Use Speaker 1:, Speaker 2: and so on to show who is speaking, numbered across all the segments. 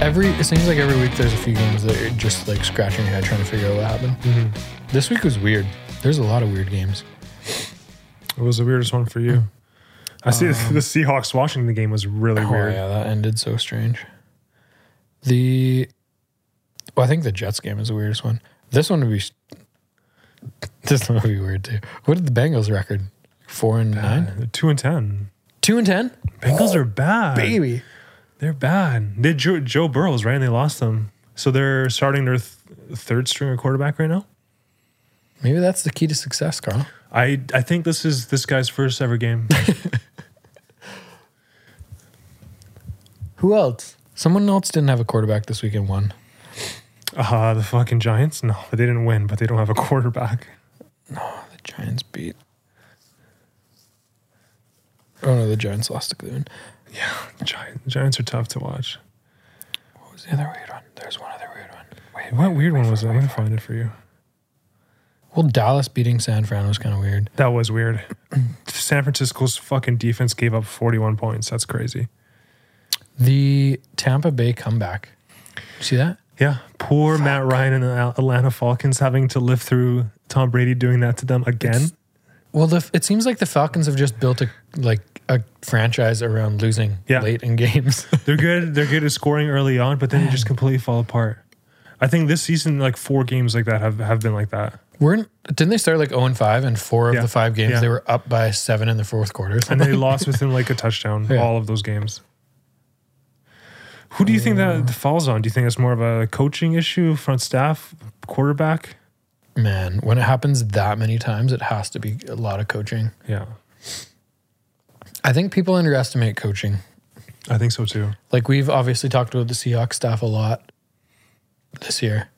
Speaker 1: every it seems like every week there's a few games that you're just like scratching your head trying to figure out what happened. This week was weird. There's a lot of weird games.
Speaker 2: What was the weirdest one for you? I see the Seahawks Washington game was really
Speaker 1: Um, Oh
Speaker 2: weird.
Speaker 1: yeah, that ended so strange. The well, I think the Jets game is the weirdest one. This one would be this one would be weird too. What did the Bengals record? Four and nine,
Speaker 2: They're Two and ten.
Speaker 1: two and ten,
Speaker 2: Bengals are bad.
Speaker 1: Oh, baby.
Speaker 2: They're bad. They Joe, Joe Burrows right, and they lost them. So they're starting their th- third stringer quarterback right now.
Speaker 1: Maybe that's the key to success, Carl.
Speaker 2: I I think this is this guy's first ever game.
Speaker 1: Who else? Someone else didn't have a quarterback this week and won.
Speaker 2: uh, the fucking Giants. No, they didn't win, but they don't have a quarterback.
Speaker 1: The Giants beat. Oh no, the Giants lost to Cleveland.
Speaker 2: Giant, Giants are tough to watch.
Speaker 1: What was the other weird one? There's one other weird one. Wait,
Speaker 2: What weird one was that? I'm gonna find it for you.
Speaker 1: well, Dallas beating San Fran was kind of weird.
Speaker 2: That was weird. San Francisco's fucking defense gave up 41 points. That's crazy.
Speaker 1: The Tampa Bay comeback. See that?
Speaker 2: Yeah, poor Matt Ryan and the Al- Atlanta Falcons having to live through Tom Brady doing that to them again.
Speaker 1: Well, the, it seems like the Falcons have just built a like a franchise around losing
Speaker 2: Yeah.
Speaker 1: late in games.
Speaker 2: They're good. They're good at scoring early on, but then they just completely fall apart. I think this season, like four games like that have, have been like that.
Speaker 1: Weren't didn't they start like 0 and 5 and four of
Speaker 2: Yeah.
Speaker 1: the five games
Speaker 2: Yeah.
Speaker 1: they were up by 7 in the fourth quarter. or
Speaker 2: And
Speaker 1: something?
Speaker 2: they lost within like a touchdown
Speaker 1: Yeah.
Speaker 2: all of those games. Who do you think that falls on? Do you think it's more of a coaching issue, front staff, quarterback?
Speaker 1: Man, when it happens that many times, it has to be a lot of coaching.
Speaker 2: Yeah,
Speaker 1: I think people underestimate coaching.
Speaker 2: I think so too.
Speaker 1: Like we've obviously talked about the Seahawks staff a lot this year.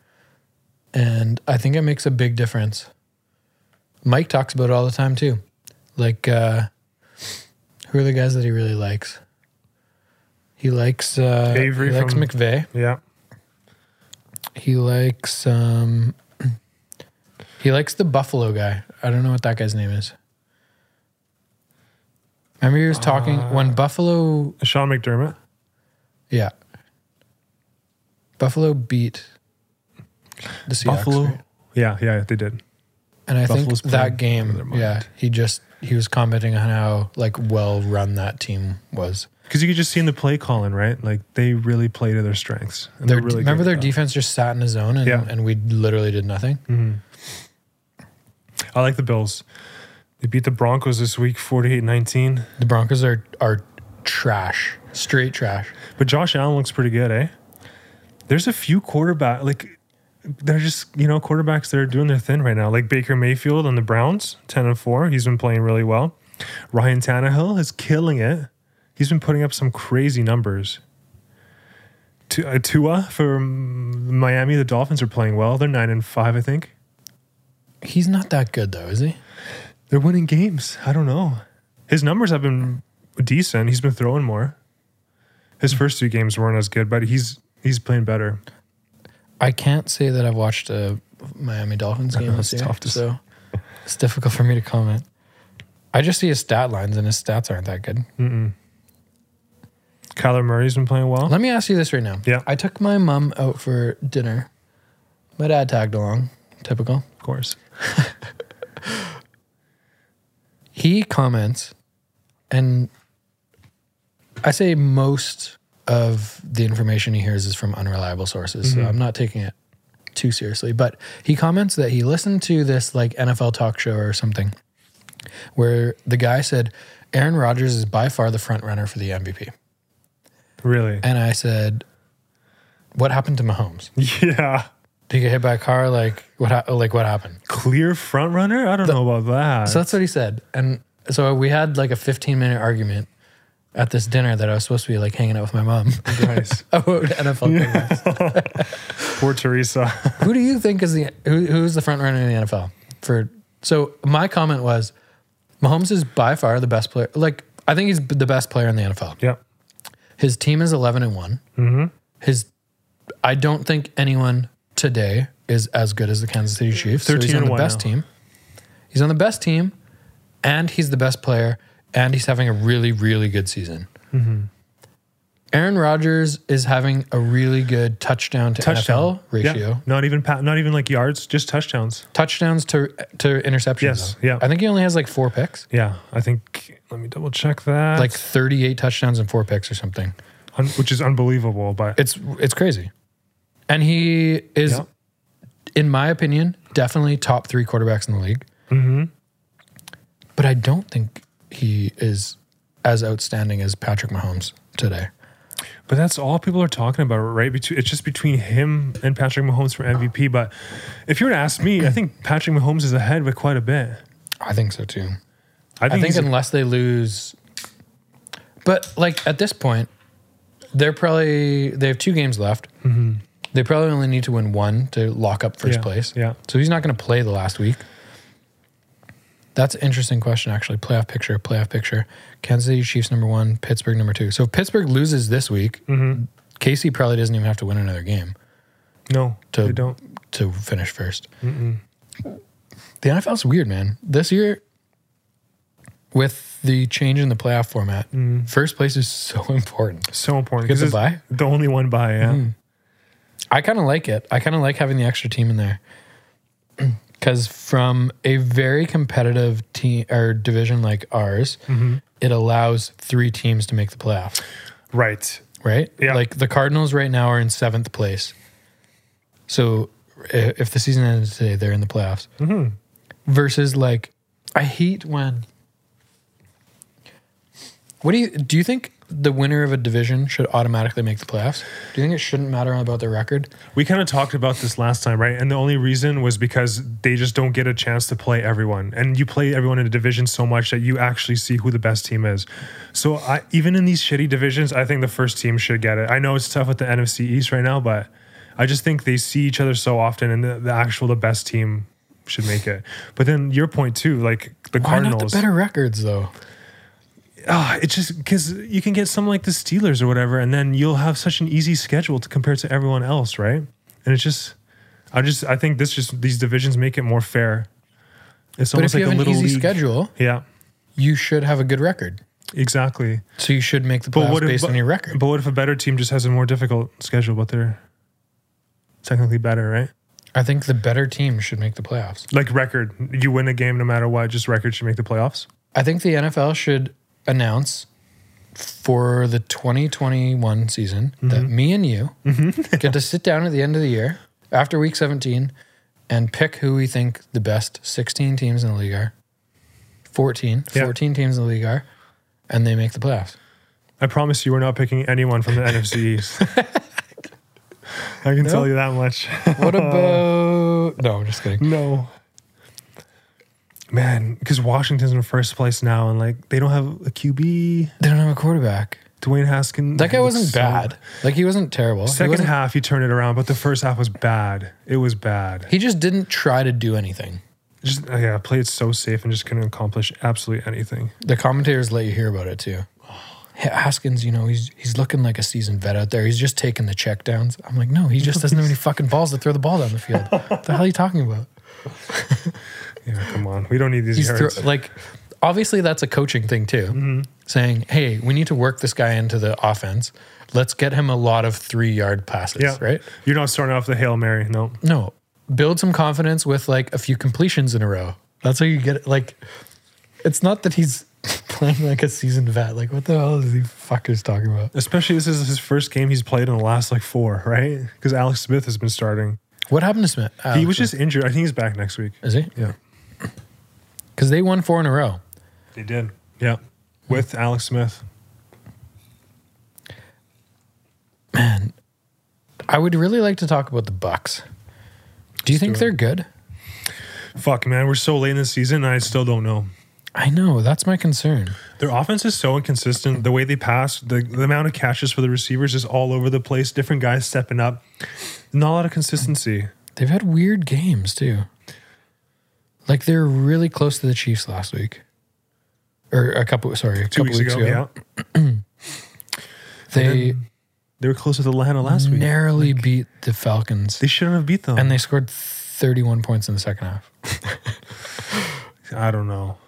Speaker 1: And I think it makes a big difference. Mike talks about it all the time too. Like uh who are the guys that he really likes? He likes uh
Speaker 2: Avery
Speaker 1: he likes
Speaker 2: from-
Speaker 1: McVeigh.
Speaker 2: Yeah.
Speaker 1: He likes um he likes the Buffalo guy. I don't know what that guy's name is. Remember he was talking
Speaker 2: Uh,
Speaker 1: when Buffalo
Speaker 2: Sean McDermott.
Speaker 1: Yeah. Buffalo beat the Seahawks. right?
Speaker 2: Yeah, yeah, they did.
Speaker 1: And I
Speaker 2: Buffalo's
Speaker 1: think
Speaker 2: playing
Speaker 1: that
Speaker 2: out of
Speaker 1: game,
Speaker 2: their
Speaker 1: yeah,
Speaker 2: mind.
Speaker 1: he just he was commenting on how like well run that team was.
Speaker 2: Because you could just see in the play calling, right? Like they really play to their strengths. And
Speaker 1: Their,
Speaker 2: they're really
Speaker 1: remember
Speaker 2: good
Speaker 1: their
Speaker 2: at
Speaker 1: defense just sat in a zone and,
Speaker 2: Yeah. Mm.
Speaker 1: and we literally did nothing.
Speaker 2: that. I like the Bills. They beat the Broncos this week 48 19.
Speaker 1: The Broncos are are trash, straight trash.
Speaker 2: But Josh Allen looks pretty good, eh? There's a few quarterback like they're just you know quarterbacks that are doing their thing right now. Like Baker Mayfield on the Browns, ten and four. He's been playing really well. Ryan Tannehill is killing it. He's been putting up some crazy numbers. Tu- uh, Tua for mm, Miami. The Dolphins are playing well. They're nine and five, I think.
Speaker 1: He's not that good though, is he?
Speaker 2: They're winning games. I don't know. His numbers have been decent. He's been throwing more. His first two games weren't as good, but he's he's playing better.
Speaker 1: I can't say that I've watched a Miami Dolphins game this
Speaker 2: It's
Speaker 1: year,
Speaker 2: tough to
Speaker 1: so it's difficult for me to comment. I just see his stat lines, and his stats aren't that good.
Speaker 2: Kyler Murray's been playing well.
Speaker 1: Let me ask you this right now.
Speaker 2: Yeah.
Speaker 1: I took my mom out for dinner. My dad tagged along, typical.
Speaker 2: Of course.
Speaker 1: He comments, and I say most of the information he hears is from unreliable sources, so I'm not taking it too seriously. But he comments that he listened to this like NFL talk show or something where the guy said, Aaron Rodgers is by far the front runner for the MVP.
Speaker 2: Really?
Speaker 1: And I said, What happened to Mahomes?
Speaker 2: Yeah.
Speaker 1: Did you get hit by a car? Like what? Ha- like what happened?
Speaker 2: Clear front runner? I don't know about that.
Speaker 1: So that's what he said. And so we had like a 15 minute argument at this dinner that I was supposed to be like hanging out with my mom
Speaker 2: nice.
Speaker 1: about NFL. quarterbacks.
Speaker 2: Poor Teresa.
Speaker 1: Who do you think is the who, who is the front runner in the NFL for? So my comment was, Mahomes is by far the best player. Like I think he's the best player in the NFL.
Speaker 2: yep.
Speaker 1: His team is 11 and one.
Speaker 2: Mm-hmm.
Speaker 1: His I don't think anyone today is as good as the Kansas City Chiefs. So
Speaker 2: 13
Speaker 1: he's on
Speaker 2: and
Speaker 1: the
Speaker 2: one
Speaker 1: best
Speaker 2: now.
Speaker 1: team. He's on the best team,
Speaker 2: Mm-hmm.
Speaker 1: and he's the best player, and he's having a really, really good season. Aaron Rodgers is having a really good touchdown to
Speaker 2: Touchdown.
Speaker 1: NFL ratio.
Speaker 2: Yeah. Not even pa- not even like yards, just touchdowns.
Speaker 1: Touchdowns to to interceptions.
Speaker 2: Yes,
Speaker 1: though.
Speaker 2: yeah.
Speaker 1: I think he only has like four picks.
Speaker 2: Yeah, I think. Let me double check that.
Speaker 1: Like 38 touchdowns and four picks or something.
Speaker 2: Un- which is unbelievable, but
Speaker 1: It's it's crazy. And he is
Speaker 2: Yeah.
Speaker 1: in my opinion definitely top 3 quarterbacks in the league. Mhm. But I don't think he is as outstanding as Patrick Mahomes today.
Speaker 2: but that's all people are talking about, right? Between it's just between him and Patrick Mahomes for MVP. But if you were to ask me, I think Patrick Mahomes is ahead by quite a bit.
Speaker 1: I think so too.
Speaker 2: I
Speaker 1: I
Speaker 2: think,
Speaker 1: think
Speaker 2: he's-
Speaker 1: unless they lose, but like at this point, they're probably they have two games left. They probably only need to win one to lock up first
Speaker 2: Mm-hmm. Yeah,
Speaker 1: place.
Speaker 2: yeah.
Speaker 1: So he's not going to play the last week. That's an interesting question, actually. Playoff picture, playoff picture. Kansas City Chiefs number one, Pittsburgh number two. So if Pittsburgh loses this week,
Speaker 2: Mm-hmm.
Speaker 1: Casey probably doesn't even have to win another game
Speaker 2: no,
Speaker 1: to
Speaker 2: they don't.
Speaker 1: to finish 1st The NFL's weird, man. This year, with the change in the playoff format, first place is so important.
Speaker 2: So important.
Speaker 1: Get
Speaker 2: 'cause
Speaker 1: the
Speaker 2: it's
Speaker 1: bye? Hmm.
Speaker 2: The only one by. Yeah.
Speaker 1: I kind of like it. I kind of like having the extra team in there because from a very competitive team or division like ours, it allows three teams to make the playoffs.
Speaker 2: Right.
Speaker 1: right?
Speaker 2: Yeah.
Speaker 1: Like the Cardinals right now are in seventh place. So i- if the season ended today, they're in the playoffs.
Speaker 2: Mm-hmm.
Speaker 1: Versus like, I hate when. What do you do? You think the winner of a division should automatically make the playoffs? Do you think it shouldn't matter about their record?
Speaker 2: We kind of talked about this last time, right? And the only reason was because they just don't get a chance to play everyone. And you play everyone in a division so much that you actually see who the best team is. So I, even in these shitty divisions, I think the first team should get it. I know it's tough with the NFC East right now, but I just think they see each other so often, and the, the actual the best team should make it. But then your point too, like the
Speaker 1: Why
Speaker 2: Cardinals.
Speaker 1: not the better records though?
Speaker 2: Ah, it's just because you can get some like the Steelers or whatever, and then you'll have such an easy schedule to compare to everyone else, right? And it's just, I just, I think this just these divisions make it more fair. It's
Speaker 1: But if
Speaker 2: almost
Speaker 1: you
Speaker 2: like
Speaker 1: have
Speaker 2: a
Speaker 1: an
Speaker 2: little
Speaker 1: easy
Speaker 2: league.
Speaker 1: schedule,
Speaker 2: Yeah,
Speaker 1: you should have a good record.
Speaker 2: exactly.
Speaker 1: So you should make the
Speaker 2: But
Speaker 1: playoffs
Speaker 2: what if-
Speaker 1: based on your record.
Speaker 2: But what if a better team just has a more difficult schedule, but they're technically better, right?
Speaker 1: I think the better team should make the playoffs.
Speaker 2: Like record, you win a game no matter what. Just record should make the playoffs.
Speaker 1: I think the NFL should announce for the 2021 season that
Speaker 2: Mm-hmm.
Speaker 1: me and you get to sit down at the end of the year after week 17 and pick who we think the best 16 teams in the league are. 14,
Speaker 2: Yeah.
Speaker 1: 14 teams in the league are, and they make the playoffs.
Speaker 2: I promise you, we're not picking anyone from the NFC East. I can tell you that much.
Speaker 1: What about? No, I'm just kidding.
Speaker 2: No. Man, because Washington's in first place now, and like they don't have a QB.
Speaker 1: They don't have a quarterback.
Speaker 2: Dwayne Haskins.
Speaker 1: That guy
Speaker 2: looks
Speaker 1: wasn't
Speaker 2: so-
Speaker 1: bad. Like he wasn't terrible. He,
Speaker 2: Second
Speaker 1: wasn't-
Speaker 2: half, he turned it around, but the first half was bad. It was bad.
Speaker 1: he just didn't try to do anything.
Speaker 2: Just uh, yeah, played so safe and just couldn't accomplish absolutely anything.
Speaker 1: The commentators let you hear about it too. Haskins, you know, he's he's looking like a seasoned vet out there. He's just taking the check downs. I'm like, no, he just doesn't have any fucking balls to throw the ball down the field. what the hell are you talking about?
Speaker 2: Yeah, come on, we don't need these
Speaker 1: He's thro-
Speaker 2: yards.
Speaker 1: like, obviously that's a coaching thing too. Saying, hey, we need to work this guy into the offense. Let's get him a lot of three yard passes,
Speaker 2: yeah,
Speaker 1: right?
Speaker 2: You're not starting off the hail mary. No,
Speaker 1: No, build some confidence with like a few completions in a row. That's how you get it. Like, it's not that he's playing like a seasoned vet. Like, what the hell is he fuckers talking about?
Speaker 2: especially this is his first game he's played in the last like four, right? Because Alex Smith has been starting.
Speaker 1: What happened to Smith? Oh,
Speaker 2: He was just injured. I think he's back next week.
Speaker 1: Is he?
Speaker 2: Yeah.
Speaker 1: Because they won four in a row.
Speaker 2: They did. Yeah. With Alex Smith.
Speaker 1: I would really like to talk about the Bucks. Do you think they're good?
Speaker 2: Fuck, man. We're so late in the season and I still don't know.
Speaker 1: I know that's my concern.
Speaker 2: Their offense is so inconsistent. The way they pass, the, the amount of catches for the receivers is all over the place. Different guys stepping up. Not a lot of consistency.
Speaker 1: They've had weird games too. Like they were really close to the Chiefs last week, or a couple. Sorry, a
Speaker 2: Two
Speaker 1: couple
Speaker 2: weeks, ago, yeah.
Speaker 1: They
Speaker 2: They were close with Atlanta last week.
Speaker 1: narrowly beat the Falcons,
Speaker 2: They shouldn't have beat them.
Speaker 1: Mm-hmm. and they scored thirty-one points in the second half.
Speaker 2: I don't know.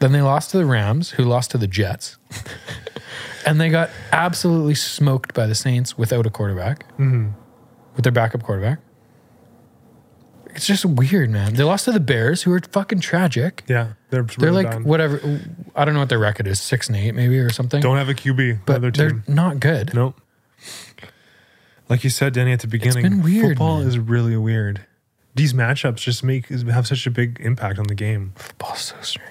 Speaker 1: Then they lost to the Rams, who lost to the Jets. and they got absolutely smoked by the Saints without a quarterback,
Speaker 2: Mm-hmm.
Speaker 1: with their backup quarterback. It's just weird, man. They lost to the Bears, who are fucking tragic.
Speaker 2: Yeah, they're
Speaker 1: They're
Speaker 2: really
Speaker 1: like
Speaker 2: bad.
Speaker 1: whatever. I don't know what their record is, six and eight maybe or something.
Speaker 2: don't have a QB.
Speaker 1: but
Speaker 2: other
Speaker 1: they're
Speaker 2: team.
Speaker 1: not good.
Speaker 2: Nope. Like you said, Danny, at the beginning,
Speaker 1: been weird,
Speaker 2: football
Speaker 1: man.
Speaker 2: is really weird. These matchups just make have such a big impact on the game.
Speaker 1: Football's so strange.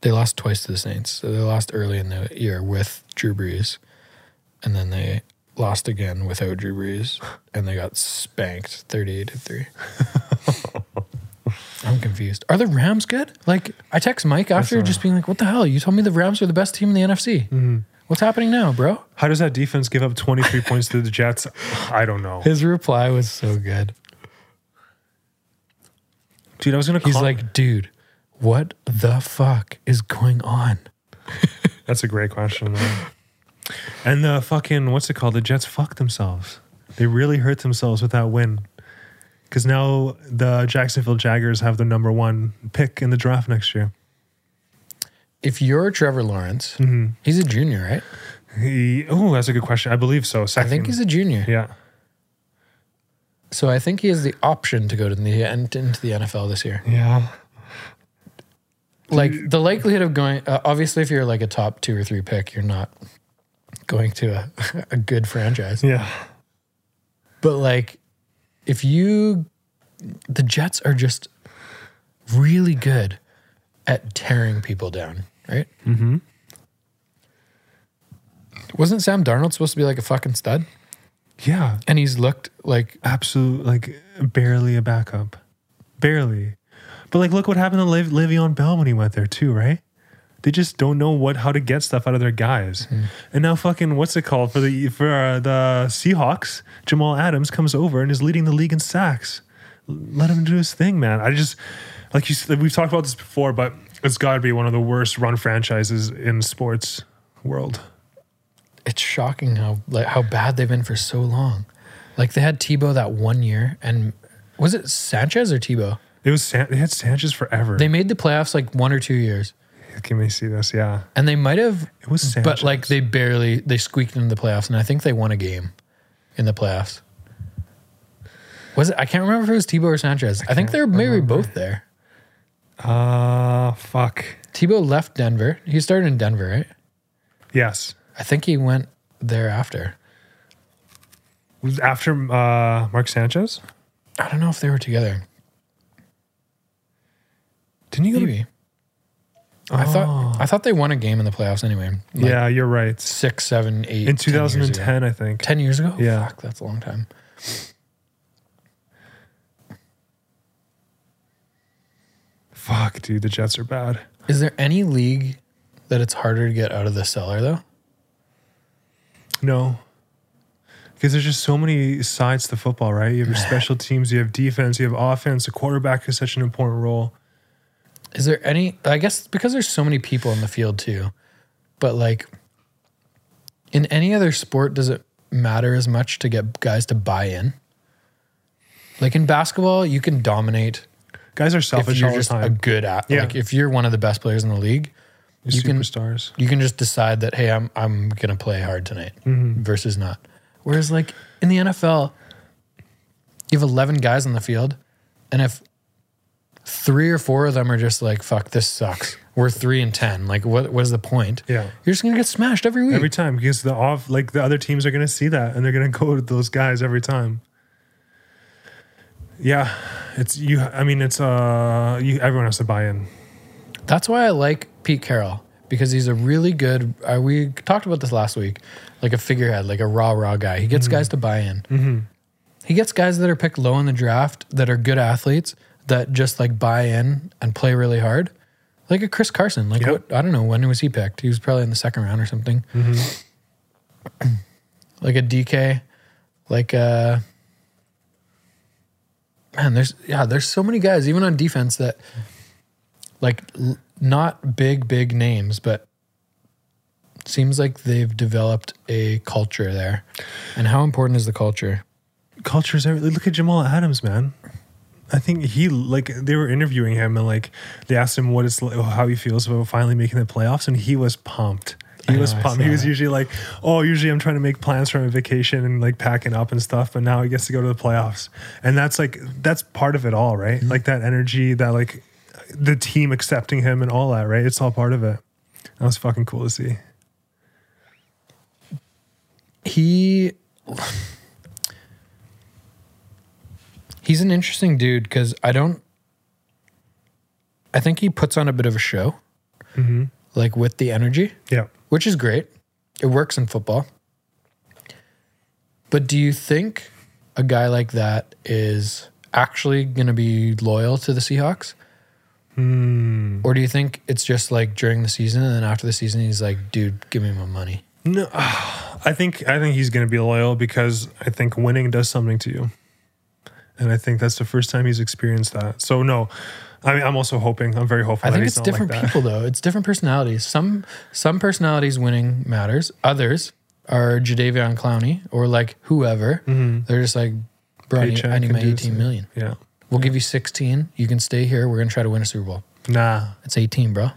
Speaker 1: They lost twice to the Saints. So they lost early in the year with Drew Brees, and then they lost again without Drew Brees, and they got spanked thirty-eight to three. I'm confused. Are the Rams good? Like I text Mike after
Speaker 2: saw-
Speaker 1: just being like, "What the hell? You told me the Rams were the best team in the NFC. What's happening now, bro?"
Speaker 2: How does that defense give up 23 points to the Jets? I don't know.
Speaker 1: His reply was so good.
Speaker 2: Dude, I was going to
Speaker 1: He's
Speaker 2: call.
Speaker 1: like, "Dude, what the fuck is going on?"
Speaker 2: That's a great question. man. and the fucking, what's it called? The Jets fucked themselves. They really hurt themselves with that win. Because now the Jacksonville Jaggers have the number one pick in the draft next year.
Speaker 1: If you're Trevor Lawrence, he's a junior, right?
Speaker 2: He, oh, that's a good question. I believe so.
Speaker 1: I
Speaker 2: Second.
Speaker 1: think he's a junior.
Speaker 2: Yeah.
Speaker 1: So I think he has the option to go to the and into the NFL this year.
Speaker 2: Yeah.
Speaker 1: Like the likelihood of going, uh, obviously, if you're like a top two or three pick, you're not going to a, a good franchise.
Speaker 2: Yeah.
Speaker 1: But like, if you, the Jets are just really good at tearing people down, right? Mm-hmm. Wasn't Sam Darnold supposed to be like a fucking stud?
Speaker 2: Yeah.
Speaker 1: And he's looked like
Speaker 2: absolute like barely a backup, barely. But like, look what happened to Lev- Le'Veon Bell when he went there too, right? They just don't know what how to get stuff out of their guys.
Speaker 1: Mm-hmm.
Speaker 2: And now, fucking, what's it called for the for uh, the Seahawks? Jamal Adams comes over and is leading the league in sacks. L- Let him do his thing, man. I just like you. s- We've talked about this before, but it's got to be one of the worst run franchises in sports world.
Speaker 1: it's shocking how like how bad they've been for so long. Like they had Tebow that one year, and was it Sanchez or Tebow?
Speaker 2: It was San- they had Sanchez forever.
Speaker 1: They made the playoffs like one or two years,
Speaker 2: Can we see this? Yeah,
Speaker 1: and they might have,
Speaker 2: it was Sanchez.
Speaker 1: but like they barely they squeaked into the playoffs, and I think they won a game in the playoffs. Was it? I can't remember if it was Tebow or Sanchez. I, think they were maybe both there.
Speaker 2: Ah, fuck.
Speaker 1: Tebow left Denver. He started in Denver, right?
Speaker 2: Yes.
Speaker 1: I think he went there after.
Speaker 2: Was after uh, Mark Sanchez?
Speaker 1: I don't know if they were together.
Speaker 2: Didn't you? go to-
Speaker 1: Maybe. I thought I thought they won a game in the playoffs anyway. Like,
Speaker 2: yeah, you're right.
Speaker 1: six, seven, eight.
Speaker 2: In
Speaker 1: 10 years ago.
Speaker 2: 2010, I think.
Speaker 1: 10 years ago?
Speaker 2: Yeah.
Speaker 1: Fuck, that's a long time.
Speaker 2: Fuck, dude, the Jets are bad.
Speaker 1: Is there any league that it's harder to get out of the cellar, though?
Speaker 2: No. Because there's just so many sides to football, right? You have your special teams, you have defense, you have offense. The quarterback is such an important role.
Speaker 1: Is there any, I guess it's because there's so many people in the field, too. But like in any other sport, does it matter as much to get guys to buy in? Like in basketball, you can dominate
Speaker 2: Guys are
Speaker 1: if
Speaker 2: selfish
Speaker 1: you're
Speaker 2: all the
Speaker 1: just a
Speaker 2: time.
Speaker 1: good at.
Speaker 2: Yeah.
Speaker 1: Like if you're one of the best players in the league, you can
Speaker 2: Superstars.
Speaker 1: you can just decide that hey i'm i'm gonna play hard tonight versus not Mm-hmm. whereas like in the nfl you have 11 guys on the field and if three or four of them are just like fuck this sucks we're three and ten like what was the point
Speaker 2: Yeah.
Speaker 1: you're just gonna get smashed every week
Speaker 2: Every time, because the off like the other teams are going to see that and they're going to go to those guys every time. Yeah, it's you. I mean, it's uh, you, everyone has to buy in.
Speaker 1: That's why I like Pete Carroll because he's a really good. Uh, we talked about this last week, like a figurehead, like a raw raw guy. He gets guys to buy in. He gets guys that are picked low in the draft that are good athletes that just like buy in and play really hard, like a Chris Carson. Like
Speaker 2: Yep.
Speaker 1: what, I don't know when was he picked? He was probably in the second round or something. like a DK, like a. Man, there's yeah, there's so many guys even on defense that like l- not big big names but seems like they've developed a culture there and how important is the culture
Speaker 2: cultures every- like, look at Jamal Adams, man. I think he like they were interviewing him and like they asked him what it's like, how he feels about finally making the playoffs and he was pumped. He
Speaker 1: know,
Speaker 2: was
Speaker 1: I
Speaker 2: pumped.
Speaker 1: saw
Speaker 2: He was
Speaker 1: that.
Speaker 2: usually like, "Oh, usually I'm trying to make plans for my vacation and like packing up and stuff, but now he gets to go to the playoffs." And that's like that's part of it all, right?
Speaker 1: Mm-hmm.
Speaker 2: Like that energy, that like the team accepting him and all that, right? It's all part of it. That was fucking cool to see.
Speaker 1: he he's an interesting dude because i don't i think he puts on a bit of a show like with the energy
Speaker 2: Yeah.
Speaker 1: which is great it works in football but do you think a guy like that is actually going to be loyal to the seahawks
Speaker 2: Hmm.
Speaker 1: or do you think it's just like during the season and then after the season he's like dude give me my money
Speaker 2: No, I think I think he's going to be loyal because I think winning does something to you, and I think that's the first time he's experienced that. So no, I mean I'm also hoping I'm very hopeful.
Speaker 1: I
Speaker 2: that
Speaker 1: think
Speaker 2: he's
Speaker 1: it's
Speaker 2: not
Speaker 1: different
Speaker 2: like that.
Speaker 1: people though. It's different personalities. Some some personalities winning matters. Others are Jadavion Clowney or like whoever. They're just like, bro, I need,
Speaker 2: Mm-hmm. Paycheck
Speaker 1: I need
Speaker 2: and
Speaker 1: my
Speaker 2: do
Speaker 1: 18
Speaker 2: this.
Speaker 1: million.
Speaker 2: Yeah,
Speaker 1: We'll give you 16. You can stay here. We're gonna try to win a Super Bowl.
Speaker 2: nah,
Speaker 1: It's 18, bro.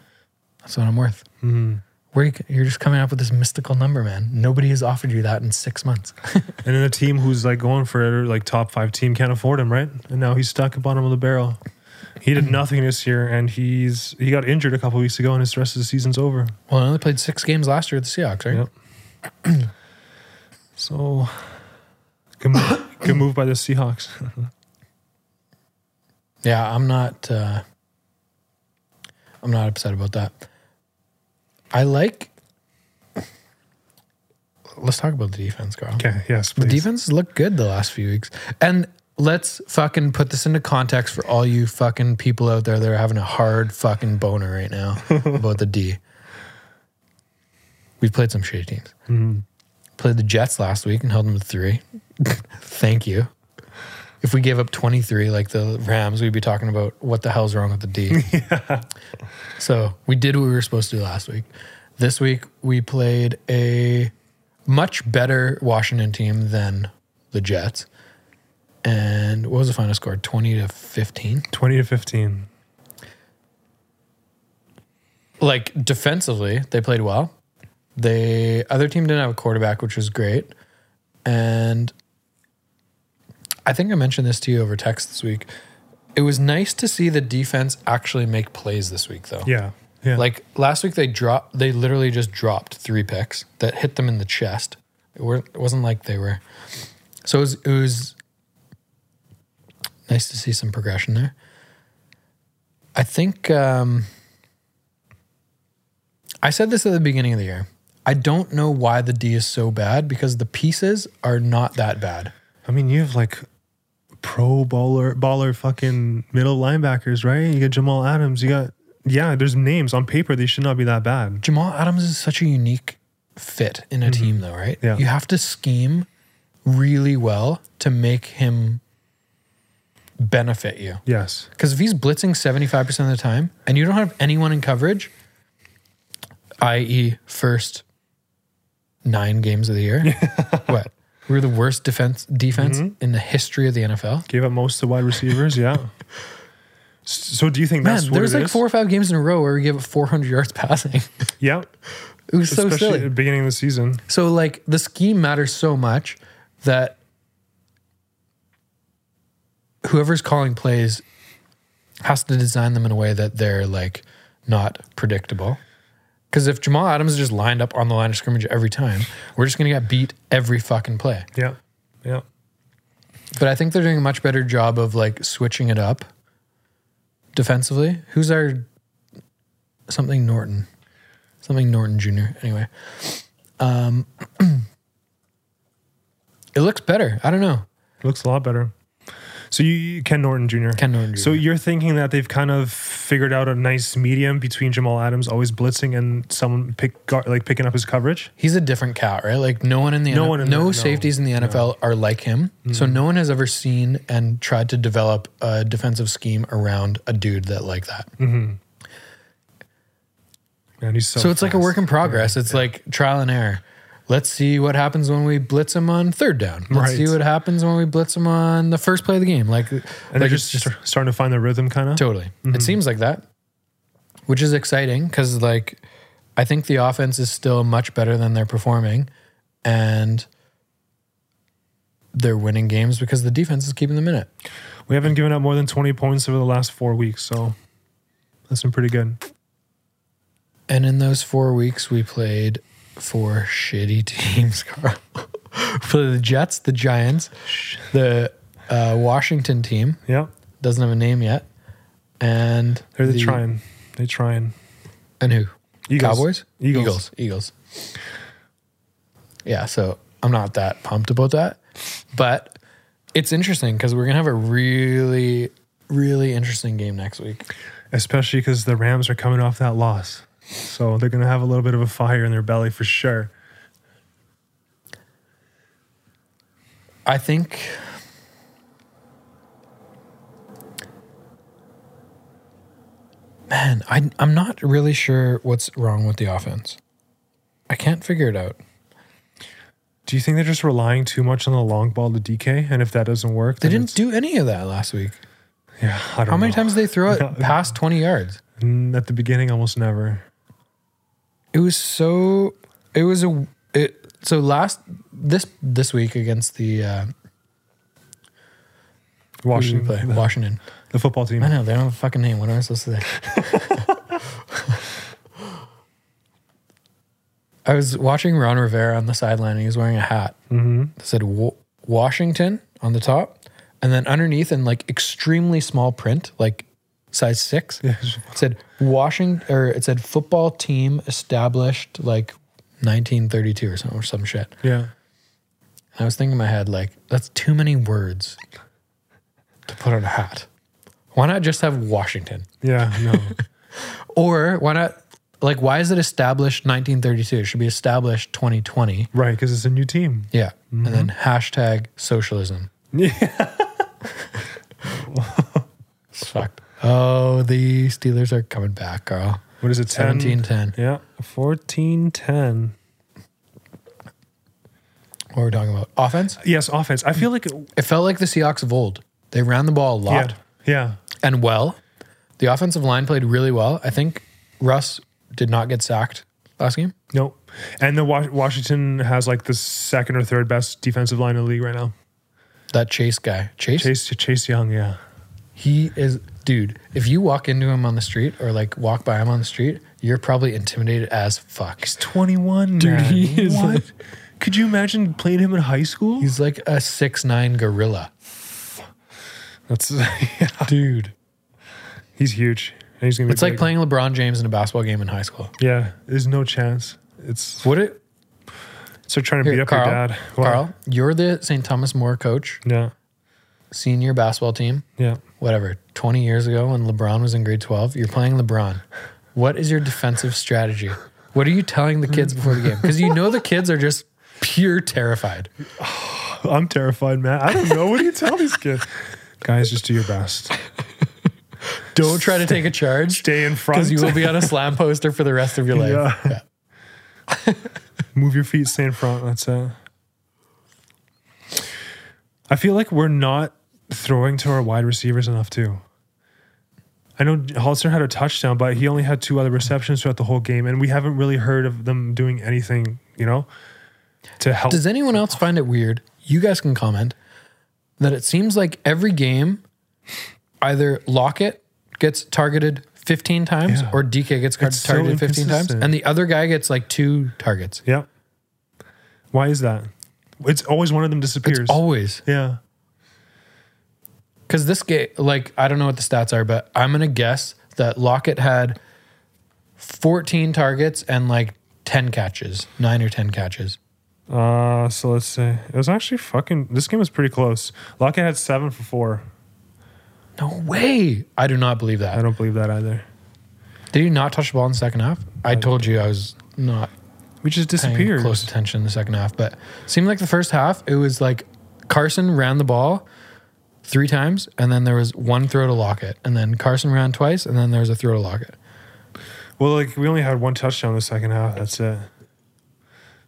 Speaker 1: That's what I'm worth.
Speaker 2: Mm-hmm.
Speaker 1: Where you, you're just coming up with this mystical number, man. Nobody has offered you that in six months.
Speaker 2: And then a team who's like going for like top five team can't afford him, right? And now he's stuck at bottom of the barrel. He did nothing this year, and he's he got injured a couple weeks ago, and his rest of the season's over.
Speaker 1: well, I only played six games last year with the Seahawks, right?
Speaker 2: Yep. So, good move, good move by the Seahawks.
Speaker 1: Yeah, I'm not. Uh, I'm not upset about that. I like. Let's talk about the defense, Carl.
Speaker 2: okay, yes,
Speaker 1: The
Speaker 2: please.
Speaker 1: defense has looked good the last few weeks, and let's fucking put this into context for all you fucking people out there that are having a hard fucking boner right now about the D. We've played some shitty teams. Played the Jets last week and held them to three. Thank you. If we gave up 23 like the Rams, we'd be talking about what the hell's wrong with the D. So we did what we were supposed to do last week. This week, we played a much better Washington team than the Jets. And what was the final score? 20 to 15?
Speaker 2: Twenty to fifteen.
Speaker 1: Like defensively, they played well. The other team didn't have a quarterback, which was great. And I think I mentioned this to you over text this week. It was nice to see the defense actually make plays this week, though.
Speaker 2: Yeah, yeah.
Speaker 1: Like last week, they dropped. They literally just dropped three picks that hit them in the chest. It, were, it wasn't like they were. So it was, it was nice to see some progression there. I think um, I said this at the beginning of the year. I don't know why the D is so bad because the pieces are not that bad.
Speaker 2: I mean, you have like pro baller, baller, fucking middle linebackers, right? You got Jamal Adams. You got yeah. There's names on paper. They should not be that bad.
Speaker 1: Jamal Adams is such a unique fit in a team, though, right?
Speaker 2: Mm-hmm. Yeah.
Speaker 1: You have to scheme really well to make him benefit you.
Speaker 2: Yes.
Speaker 1: Because if he's blitzing 75% of the time and you don't have anyone in coverage, i.e., first nine games of the year, what? We're the worst defense defense
Speaker 2: Mm-hmm.
Speaker 1: in the history of the NFL.
Speaker 2: Gave up most to wide receivers. Yeah. S- So do you think
Speaker 1: Man,
Speaker 2: that's what
Speaker 1: there was
Speaker 2: it
Speaker 1: like
Speaker 2: is?
Speaker 1: four or five games in a row where we gave up 400 yards passing.
Speaker 2: Yeah.
Speaker 1: It was so
Speaker 2: Especially
Speaker 1: silly.
Speaker 2: at the beginning of the season.
Speaker 1: So like the scheme matters so much that whoever's calling plays has to design them in a way that they're like not predictable. Because if Jamal Adams is just lined up on the line of scrimmage every time, we're just gonna get beat every fucking play.
Speaker 2: Yeah. Yeah.
Speaker 1: But I think they're doing a much better job of like switching it up defensively. Who's our something Norton? Something Norton Jr. Anyway. Um it looks better. I don't know.
Speaker 2: Looks a lot better. So you- you Ken Norton Jr.
Speaker 1: Ken Norton
Speaker 2: So
Speaker 1: Jr..
Speaker 2: you're thinking that they've kind of figured out a nice medium between Jamal Adams always blitzing and someone pick guard, like picking up his coverage.
Speaker 1: He's a different cat, right? Like no one in the
Speaker 2: No
Speaker 1: no,
Speaker 2: one in
Speaker 1: no
Speaker 2: the- no, Mm-hmm.
Speaker 1: safeties in the NFL are like him. So no one has ever seen and tried to develop a defensive scheme around a dude that like that.
Speaker 2: And he's so
Speaker 1: So it's like a
Speaker 2: fast.
Speaker 1: work in progress. It's like trial and error. Let's see what happens when we blitz them on third down. Let's
Speaker 2: Right.
Speaker 1: see what happens when we blitz them on the first play of the game. Like,
Speaker 2: And
Speaker 1: like
Speaker 2: they're
Speaker 1: it's
Speaker 2: just, Mm-hmm. star- starting to find their rhythm, kind of.
Speaker 1: totally. It seems like that, which is exciting because like I I think the offense is still much better than they're performing, and they're winning games because the defense is keeping them in it.
Speaker 2: We haven't given up more than 20 points over the last four weeks, so that's been pretty good.
Speaker 1: And in those four weeks, we played four shitty teams, Carl. For the Jets, the Giants, the uh, Washington team
Speaker 2: Yeah,
Speaker 1: doesn't have a name yet, and
Speaker 2: they're the trying. They trying.
Speaker 1: and who
Speaker 2: Eagles.
Speaker 1: Cowboys,
Speaker 2: Eagles.
Speaker 1: Eagles, Eagles. Yeah, so I'm not that pumped about that, but it's interesting because we're gonna have a really, really interesting game next week.
Speaker 2: especially because the Rams are coming off that loss, so they're gonna have a little bit of a fire in their belly for sure.
Speaker 1: I think Man, I I'm not really sure what's wrong with the offense. I can't figure it out.
Speaker 2: Do you think they're just relying too much on the long ball to DK? And if that doesn't work,
Speaker 1: They
Speaker 2: then
Speaker 1: didn't do any of that last week.
Speaker 2: it's- Yeah, I don't
Speaker 1: How many
Speaker 2: know.
Speaker 1: times did they throw
Speaker 2: No.
Speaker 1: it past 20 yards?
Speaker 2: Mm, At the beginning, almost never.
Speaker 1: It was so it was a it so last this this week against the uh who did we
Speaker 2: Washington,
Speaker 1: play? Washington.
Speaker 2: the football
Speaker 1: I
Speaker 2: team.
Speaker 1: know they don't have a fucking name. What am I supposed to say? I was watching Ron Rivera on the sideline, and he was wearing a hat
Speaker 2: hmm
Speaker 1: that said Wa- Washington on the top, and then underneath, in like extremely small print, like size six,
Speaker 2: Yeah.
Speaker 1: it said Washington, or it said football team established like 1932 or some or some shit.
Speaker 2: yeah.
Speaker 1: And I was thinking in my head, like, that's too many words to put on a hat. Why not just have Washington?
Speaker 2: Yeah, no.
Speaker 1: Or why not? Like, why is it established 1932? It should be established 2020.
Speaker 2: right, because it's a new team.
Speaker 1: Yeah. And then hashtag socialism.
Speaker 2: Yeah.
Speaker 1: It's fucked. Oh, the Steelers are coming back, Carl.
Speaker 2: What is it? 10?
Speaker 1: 17 10.
Speaker 2: Yeah. 14 10.
Speaker 1: What were we talking about? Offense?
Speaker 2: Yes, offense. I feel like.
Speaker 1: It felt like the Seahawks of old. They ran the ball a lot.
Speaker 2: Yeah. Yeah.
Speaker 1: and well. The offensive line played really well. I think Russ did not get sacked last game.
Speaker 2: Nope. And the Wa- Washington has like the second or third best defensive line in the league right now.
Speaker 1: That Chase guy, Chase,
Speaker 2: Chase Chase Young, yeah.
Speaker 1: he is dude. If you walk into him on the street or like walk by him on the street, you're probably intimidated as fuck.
Speaker 2: 21. Dude,
Speaker 1: man.
Speaker 2: he is.
Speaker 1: What?
Speaker 2: like- Could you imagine playing him in high school?
Speaker 1: He's like a six nine gorilla,
Speaker 2: That's yeah.
Speaker 1: dude.
Speaker 2: He's huge. And he's gonna be
Speaker 1: It's like
Speaker 2: big.
Speaker 1: playing LeBron James in a basketball game in high school.
Speaker 2: Yeah, there's no chance. It's
Speaker 1: What it,
Speaker 2: so trying to
Speaker 1: here,
Speaker 2: beat up
Speaker 1: Carl?
Speaker 2: your dad. Wow.
Speaker 1: Carl, you're the St. Thomas More coach,
Speaker 2: Yeah.
Speaker 1: senior basketball team.
Speaker 2: Yeah.
Speaker 1: whatever, 20 years ago when LeBron was in grade 12, you're playing LeBron. What is your defensive strategy? What are you telling the kids before the game? Because you know the kids are just pure terrified.
Speaker 2: I'm terrified, man. I don't know. What do you tell these kids? Guys, just do your best.
Speaker 1: Don't try to take a charge
Speaker 2: Stay in front.
Speaker 1: because you will be on a slam poster for the rest of your life.
Speaker 2: Yeah.
Speaker 1: Yeah.
Speaker 2: Move your feet, stay in front. That's it. I feel like we're not throwing to our wide receivers enough, too. I know Hollister had a touchdown, but he only had two other receptions throughout the whole game, and we haven't really heard of them doing anything, you know, to help.
Speaker 1: Does anyone else find it weird? You guys can comment that it seems like every game, either Lockett gets targeted 15 times
Speaker 2: Yeah.
Speaker 1: or DK gets
Speaker 2: It's so
Speaker 1: targeted 15 times,
Speaker 2: inconsistent.
Speaker 1: and the other guy gets like two targets.
Speaker 2: Yep. Why is that? It's always one of them disappears.
Speaker 1: It's always.
Speaker 2: yeah.
Speaker 1: Because this game, like, I don't know what the stats are, but I'm going to guess that Lockett had 14 targets and like 10 catches, nine or 10 catches.
Speaker 2: Uh, so let's see. It was actually fucking. This game was pretty close. Lockett had seven for four.
Speaker 1: No way. I do not believe
Speaker 2: I
Speaker 1: that.
Speaker 2: don't believe that either.
Speaker 1: Did he not touch the ball in the second half? I told you I was not
Speaker 2: We
Speaker 1: paying
Speaker 2: just disappeared.
Speaker 1: close attention in the second half, but seemed like the first half, it was like Carson ran the ball three times, and then there was one throw to Lockett, and then Carson ran twice, and then there was a throw to Lockett.
Speaker 2: Well, like we only had one touchdown in the second half. That's it.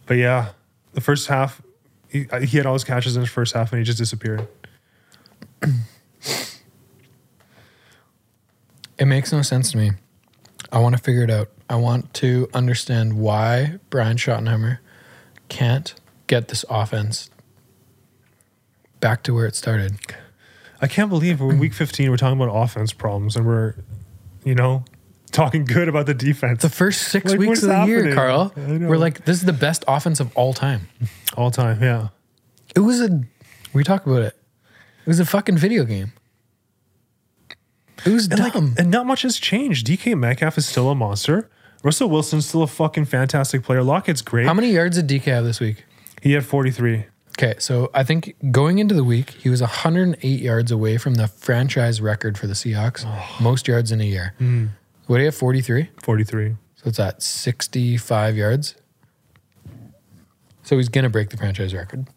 Speaker 2: But yeah, the first half, he, uh, he had all his catches in his first half, and he just disappeared.
Speaker 1: It makes no sense to me. I want to figure it out. I want to understand why Brian Schottenheimer can't get this offense back to where it started.
Speaker 2: I can't believe we're in week 15, we're talking about offense problems and we're, you know, talking good about the defense
Speaker 1: The first six
Speaker 2: Like,
Speaker 1: weeks
Speaker 2: what's
Speaker 1: of the year,
Speaker 2: happening?
Speaker 1: Carl,
Speaker 2: I know.
Speaker 1: we're like, this is the best offense of all time.
Speaker 2: all time. Yeah.
Speaker 1: It was a, we talk about it. It was a fucking video game. It was
Speaker 2: And, like,
Speaker 1: dumb.
Speaker 2: and not much has changed. DK Metcalf is still a monster. Russell Wilson's still a fucking fantastic player. Lockett's great.
Speaker 1: How many yards did DK have this week?
Speaker 2: he had 43.
Speaker 1: Okay, so I think going into the week, he was 108 yards away from the franchise record for the Seahawks,
Speaker 2: Oh.
Speaker 1: most yards in a year.
Speaker 2: Hmm.
Speaker 1: What do you have? 43?
Speaker 2: 43.
Speaker 1: So it's at 65 yards. So he's going to break the franchise record.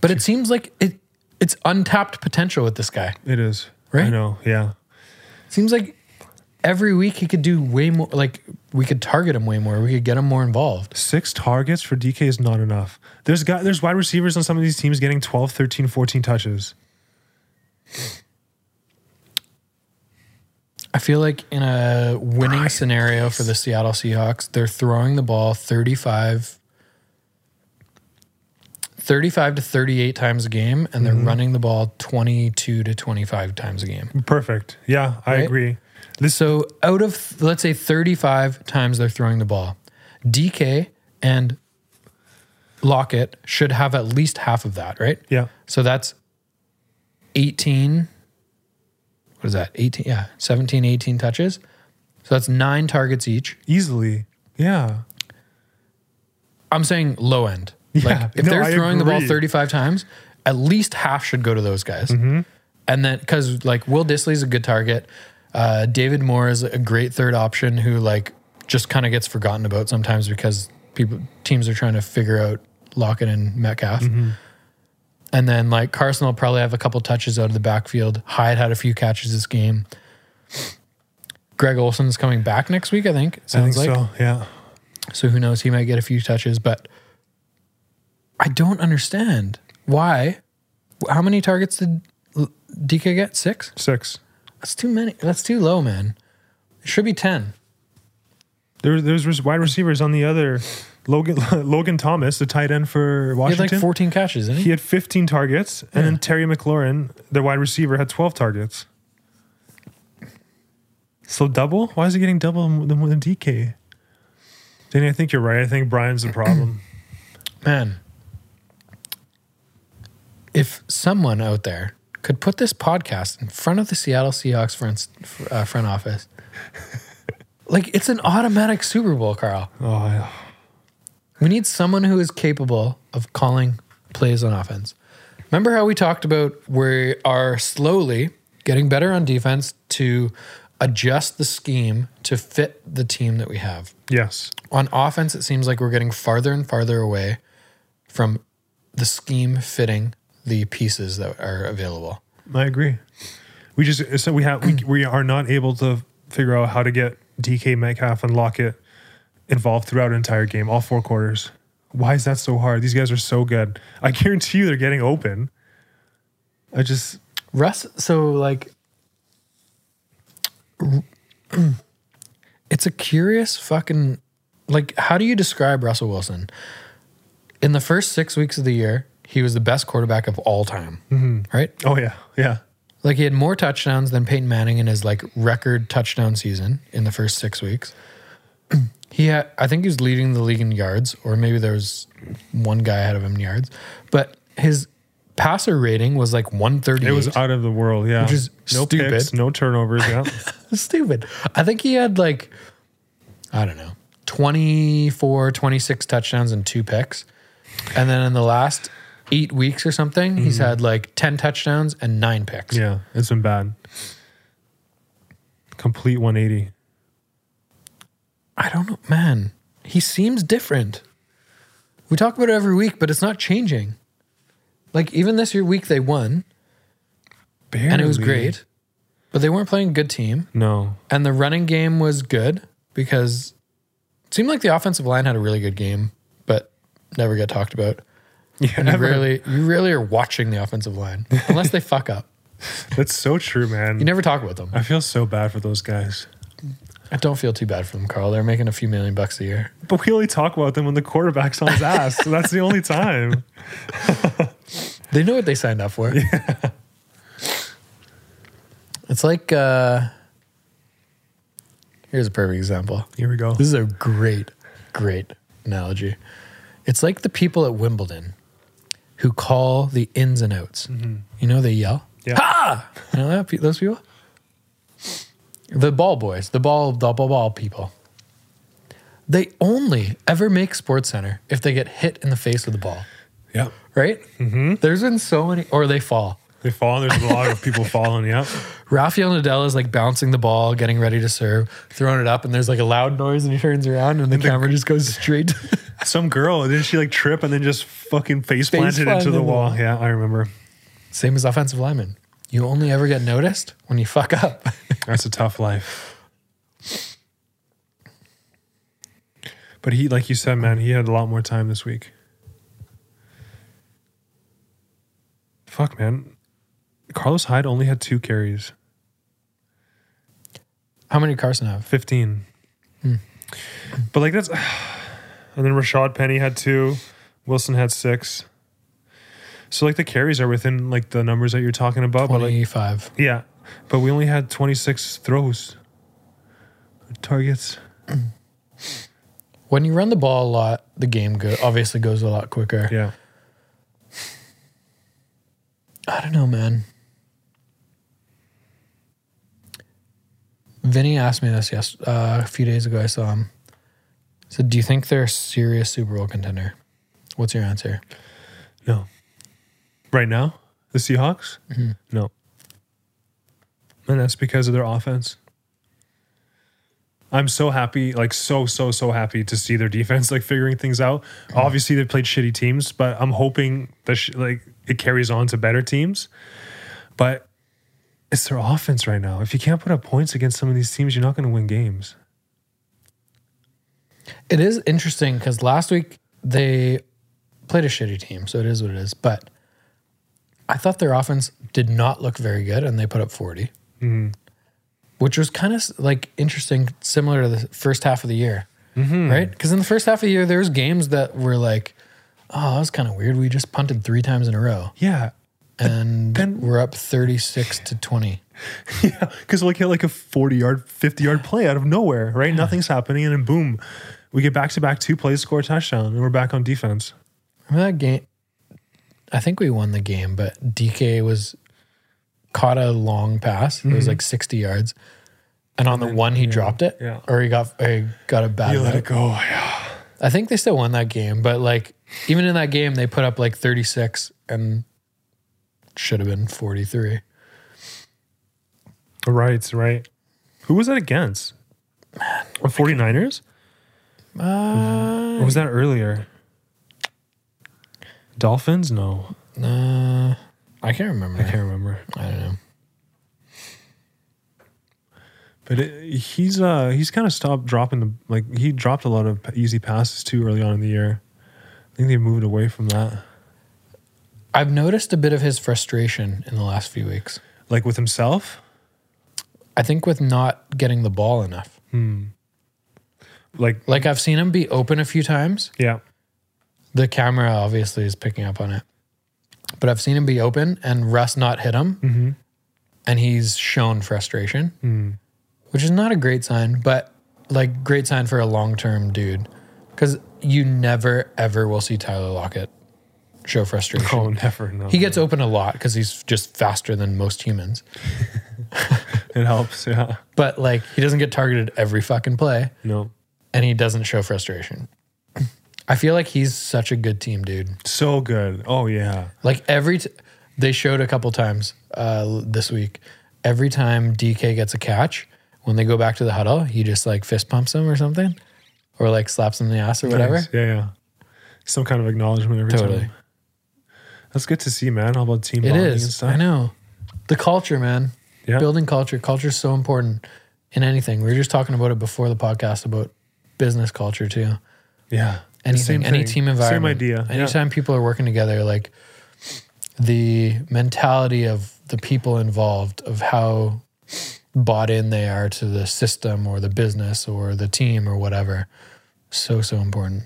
Speaker 1: But it seems like it it's untapped potential with this guy.
Speaker 2: It is.
Speaker 1: Right?
Speaker 2: I know. Yeah.
Speaker 1: Seems like every week he could do way more like we could target him way more. We could get him more involved.
Speaker 2: Six targets for DK is not enough. There's got there's wide receivers on some of these teams getting 12, 13, 14 touches.
Speaker 1: I feel like in a winning scenario for the Seattle Seahawks, they're throwing the ball 35 35 to 38 times a game and they're running the ball 22 to 25 times a game.
Speaker 2: Perfect. Yeah, I
Speaker 1: Right?
Speaker 2: agree. This
Speaker 1: So out of let's say 35 times they're throwing the ball, DK and Lockett should have at least half of that, right?
Speaker 2: yeah.
Speaker 1: So that's 18. What is that? 18. Yeah. 17, 18 touches. So that's nine targets each.
Speaker 2: Easily. Yeah.
Speaker 1: I'm saying low end.
Speaker 2: Yeah,
Speaker 1: like if
Speaker 2: no,
Speaker 1: they're
Speaker 2: I
Speaker 1: throwing the ball
Speaker 2: agree.
Speaker 1: 35 times, at least half should go to those guys.
Speaker 2: Mm-hmm.
Speaker 1: And then because like Will Disley's a good target. Uh, David Moore is a great third option who like just kind of gets forgotten about sometimes because people teams are trying to figure out Lockett and Metcalf.
Speaker 2: Mm-hmm.
Speaker 1: And then like Carson will probably have a couple touches out of the backfield. Hyde had a few catches this game. Greg Olson's coming back next week, I think. it
Speaker 2: I think
Speaker 1: Sounds like.
Speaker 2: so. Yeah.
Speaker 1: So who knows? He might get a few touches, but I don't understand why. How many targets did L- DK get? Six?
Speaker 2: Six.
Speaker 1: That's too many. That's too low, man. It should be 10.
Speaker 2: There, there's res- wide receivers on the other. Logan Logan Thomas, the tight end for
Speaker 1: He had like
Speaker 2: Washington.
Speaker 1: 14 catches, didn't he?
Speaker 2: He had 15 targets, and then Terry McLaurin, their wide receiver, had 12 targets. So double? Why is he getting double than, than DK? Danny, I think you're right. I think Brian's the problem.
Speaker 1: Man. If someone out there could put this podcast in front of the Seattle Seahawks front, uh, front office, like it's an automatic Super Bowl, Carl.
Speaker 2: oh, yeah.
Speaker 1: We need someone who is capable of calling plays on offense. Remember how we talked about we are slowly getting better on defense to adjust the scheme to fit the team that we have.
Speaker 2: yes.
Speaker 1: On offense, it seems like we're getting farther and farther away from the scheme fitting the pieces that are available.
Speaker 2: I agree. We just so we have we, we are not able to figure out how to get DK Metcalf and Lockett involved throughout an entire game, all four quarters. Why is that so hard? These guys are so good. I guarantee you they're getting open. I just
Speaker 1: Russ, so like, it's a curious fucking like. How do you describe Russell Wilson? In the first six weeks of the year, he was the best quarterback of all time, right?
Speaker 2: oh yeah yeah
Speaker 1: Like he had more touchdowns than Peyton Manning in his like record touchdown season in the first six weeks. he had, I think he was leading the league in yards, or maybe there was one guy ahead of him in yards, but his passer rating was like one thirty.
Speaker 2: it was out of the world yeah
Speaker 1: Which is
Speaker 2: no
Speaker 1: stupid.
Speaker 2: picks no turnovers yeah
Speaker 1: stupid. I think he had like, I don't know, 24, 26 touchdowns and two picks. And then in the last eight weeks or something, he's had like 10 touchdowns and nine picks.
Speaker 2: Mm-hmm. yeah it's been bad complete 180
Speaker 1: I don't know, man. He seems different. We talk about it every week, but it's not changing. Like even this year week they won
Speaker 2: Barely.
Speaker 1: and it was great, but they weren't playing a good team.
Speaker 2: no
Speaker 1: And the running game was good because it seemed like the offensive line had a really good game, but never got talked about.
Speaker 2: yeah
Speaker 1: And you
Speaker 2: never.
Speaker 1: rarely, you rarely are watching the offensive line unless they fuck up.
Speaker 2: that's so true man
Speaker 1: You never talk about them.
Speaker 2: I feel so bad for those guys.
Speaker 1: I don't feel too bad for them, Carl. They're making a few million bucks a year.
Speaker 2: But we only talk about them when the quarterback's on his ass. So that's the only time.
Speaker 1: They know what they signed up for. It's like uh here's a perfect example.
Speaker 2: Here we go.
Speaker 1: This is a great, great analogy. It's like the people at Wimbledon who call the ins and outs. You know, they yell.
Speaker 2: Yeah.
Speaker 1: Ha! You know that, pe- those people? The ball boys, the ball, the ball, ball people. They only ever make Sports Center if they get hit in the face with the ball,
Speaker 2: Yeah.
Speaker 1: right? Mm-hmm. There's been so many, or they fall.
Speaker 2: They fall. There's a lot of people falling. Yeah.
Speaker 1: Rafael Nadal is like bouncing the ball, getting ready to serve, throwing it up, and there's like a loud noise, and he turns around, and the camera just goes straight. to-
Speaker 2: Some girl, didn't she like trip and then just fucking face,
Speaker 1: Face
Speaker 2: planted
Speaker 1: planted
Speaker 2: into the
Speaker 1: in the
Speaker 2: wall?
Speaker 1: wall.
Speaker 2: Yeah, I remember.
Speaker 1: Same as offensive linemen. You only ever get noticed when you fuck up.
Speaker 2: That's a tough life. But he, like you said, man, he had a lot more time this week. Fuck, man. Carlos Hyde only had two carries,
Speaker 1: How many Carson have?
Speaker 2: 15. But like that's. And then Rashad Penny had two, Wilson had six. So like the carries are within like the numbers that you're talking about, but like
Speaker 1: 25.
Speaker 2: Yeah, but we only had 26 throws, targets.
Speaker 1: When you run the ball a lot, the game go- obviously goes a lot quicker.
Speaker 2: Yeah,
Speaker 1: I don't know, man. Vinny asked me this yes uh, a few days ago. I saw him. He said, "Do you think they're a serious Super Bowl contender?" What's your answer?
Speaker 2: no. Right now, the Seahawks? No. And that's because of their offense. I'm so happy, like so, so, so happy to see their defense like figuring things out. Obviously, they played shitty teams, but I'm hoping that sh- like it carries on to better teams. But it's their offense right now. If you can't put up points against some of these teams, you're not going to win games.
Speaker 1: It is interesting because last week they played a shitty team, so it is what it is. But I thought their offense did not look very good, and they put up 40, which was kind of like interesting, similar to the first half of the year, right? Because in the first half of the year, there was games that were like, "Oh, that was kind of weird. We just punted three times in a row,
Speaker 2: Yeah,
Speaker 1: and
Speaker 2: then-
Speaker 1: we're up 36 to 20."
Speaker 2: Yeah, because we'll get like a 40 yard, 50 yard play out of nowhere, right? Nothing's happening. And then boom, we get back to back two plays, score a touchdown, and we're back on defense.
Speaker 1: Remember that game? I think we won the game, but DK was caught a long pass. It was like 60 yards. And on the one, he dropped it,
Speaker 2: Mm-hmm. yeah.
Speaker 1: or he got or he got a bad. route.
Speaker 2: go. Yeah.
Speaker 1: I think they still won that game, but like even in that game, they put up like 36 and should have been 43.
Speaker 2: Right, right. Who was that against? The 49ers?
Speaker 1: Uh,
Speaker 2: Or was that earlier? Dolphins? No,
Speaker 1: nah, I can't
Speaker 2: I
Speaker 1: remember.
Speaker 2: can't remember.
Speaker 1: I don't know.
Speaker 2: But it, he's uh he's kind of stopped dropping the like he dropped a lot of easy passes too early on in the year. I think they moved away from that,
Speaker 1: I've noticed a bit of his frustration in the last few weeks.
Speaker 2: like with himself.
Speaker 1: I think with not getting the ball enough.
Speaker 2: Like
Speaker 1: Like I've seen him be open a few times,
Speaker 2: yeah,
Speaker 1: the camera obviously is picking up on it. But I've seen him be open and Russ not hit him. And he's shown frustration, which is not a great sign, but like great sign for a long term dude. Because you never, ever will see Tyler Lockett show frustration.
Speaker 2: Oh, never. No.
Speaker 1: He gets open a lot because he's just faster than most humans.
Speaker 2: it helps. Yeah.
Speaker 1: But like he doesn't get targeted every fucking play
Speaker 2: No.
Speaker 1: and he doesn't show frustration. I feel like he's such a good team dude.
Speaker 2: So good. Oh yeah.
Speaker 1: Like every, t- they showed a couple times uh, l- this week. Every time DK gets a catch, when they go back to the huddle, he just like fist pumps him or something, or like slaps him in the ass or whatever.
Speaker 2: Nice. Yeah, yeah. Some kind of acknowledgement every
Speaker 1: Totally,
Speaker 2: time. That's good to see, man. How about team
Speaker 1: it
Speaker 2: bonding and
Speaker 1: is.
Speaker 2: stuff?
Speaker 1: I know the culture, man.
Speaker 2: Yeah.
Speaker 1: Building culture, culture is so important in anything. We were just talking about it before the podcast about business culture too.
Speaker 2: Yeah.
Speaker 1: anything,
Speaker 2: Same
Speaker 1: any
Speaker 2: thing.
Speaker 1: team environment.
Speaker 2: Same idea. Yeah.
Speaker 1: Anytime people are working together, like the mentality of the people involved, of how bought in they are to the system or the business or the team or whatever. So, so important.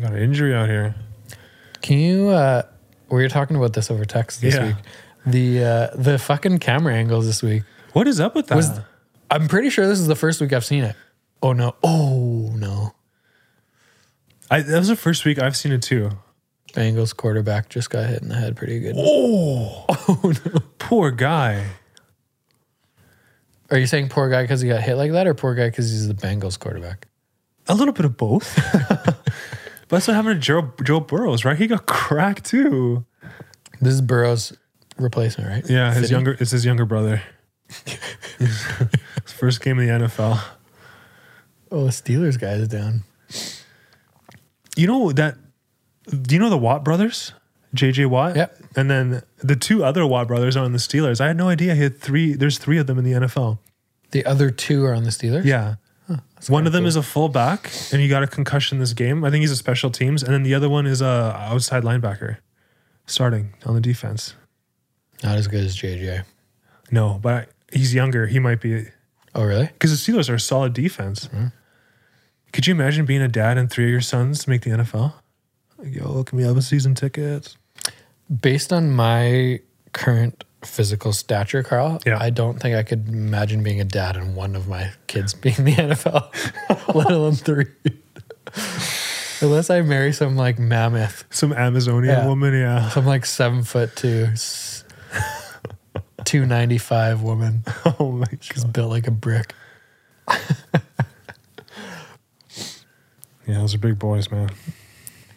Speaker 2: Got an injury out here.
Speaker 1: Can you? Uh, we were talking about this over text this
Speaker 2: Yeah.
Speaker 1: week. The uh, the fucking camera angles this week.
Speaker 2: What is up with that?
Speaker 1: Was- I'm pretty sure this is the first week I've seen it. Oh no! Oh no!
Speaker 2: I, that was the first week I've seen it too.
Speaker 1: Bengals quarterback just got hit in the head pretty good.
Speaker 2: Oh, poor guy.
Speaker 1: Are you saying poor guy because he got hit like that, or poor guy because he's the Bengals quarterback?
Speaker 2: A little bit of both. but that's what happened to Joe, Joe Burrows, right? He got cracked too.
Speaker 1: This is Burrow's replacement, right?
Speaker 2: Yeah, his
Speaker 1: Fitty?
Speaker 2: younger it's his younger brother. his first game in the NFL.
Speaker 1: Oh, the Steelers guy is down.
Speaker 2: You know that do you know the Watt brothers? JJ Watt?
Speaker 1: Yep.
Speaker 2: And then the two other Watt brothers are on the Steelers. I had no idea he had three there's three of them in the NFL.
Speaker 1: The other two are on the Steelers.
Speaker 2: Yeah. one of them is a fullback and he got a concussion this game. I think he's a special teams, and then the other one is a outside linebacker starting on the defense.
Speaker 1: not as good as JJ.
Speaker 2: No, but he's younger. He might be
Speaker 1: Oh, really?
Speaker 2: because the Steelers are a solid defense. Could you imagine being a dad and three of your sons make the NFL? Like, Yo, can we have a season ticket?
Speaker 1: Based on my current physical stature, Carl,
Speaker 2: Yeah.
Speaker 1: I don't think I could imagine being a dad and one of my kids being the NFL, let alone three. Unless I marry some like mammoth,
Speaker 2: Some Amazonian
Speaker 1: Yeah.
Speaker 2: woman, yeah.
Speaker 1: some like seven foot two, two ninety five woman.
Speaker 2: Oh my god.
Speaker 1: She's built like a brick.
Speaker 2: Yeah, those are big boys, man.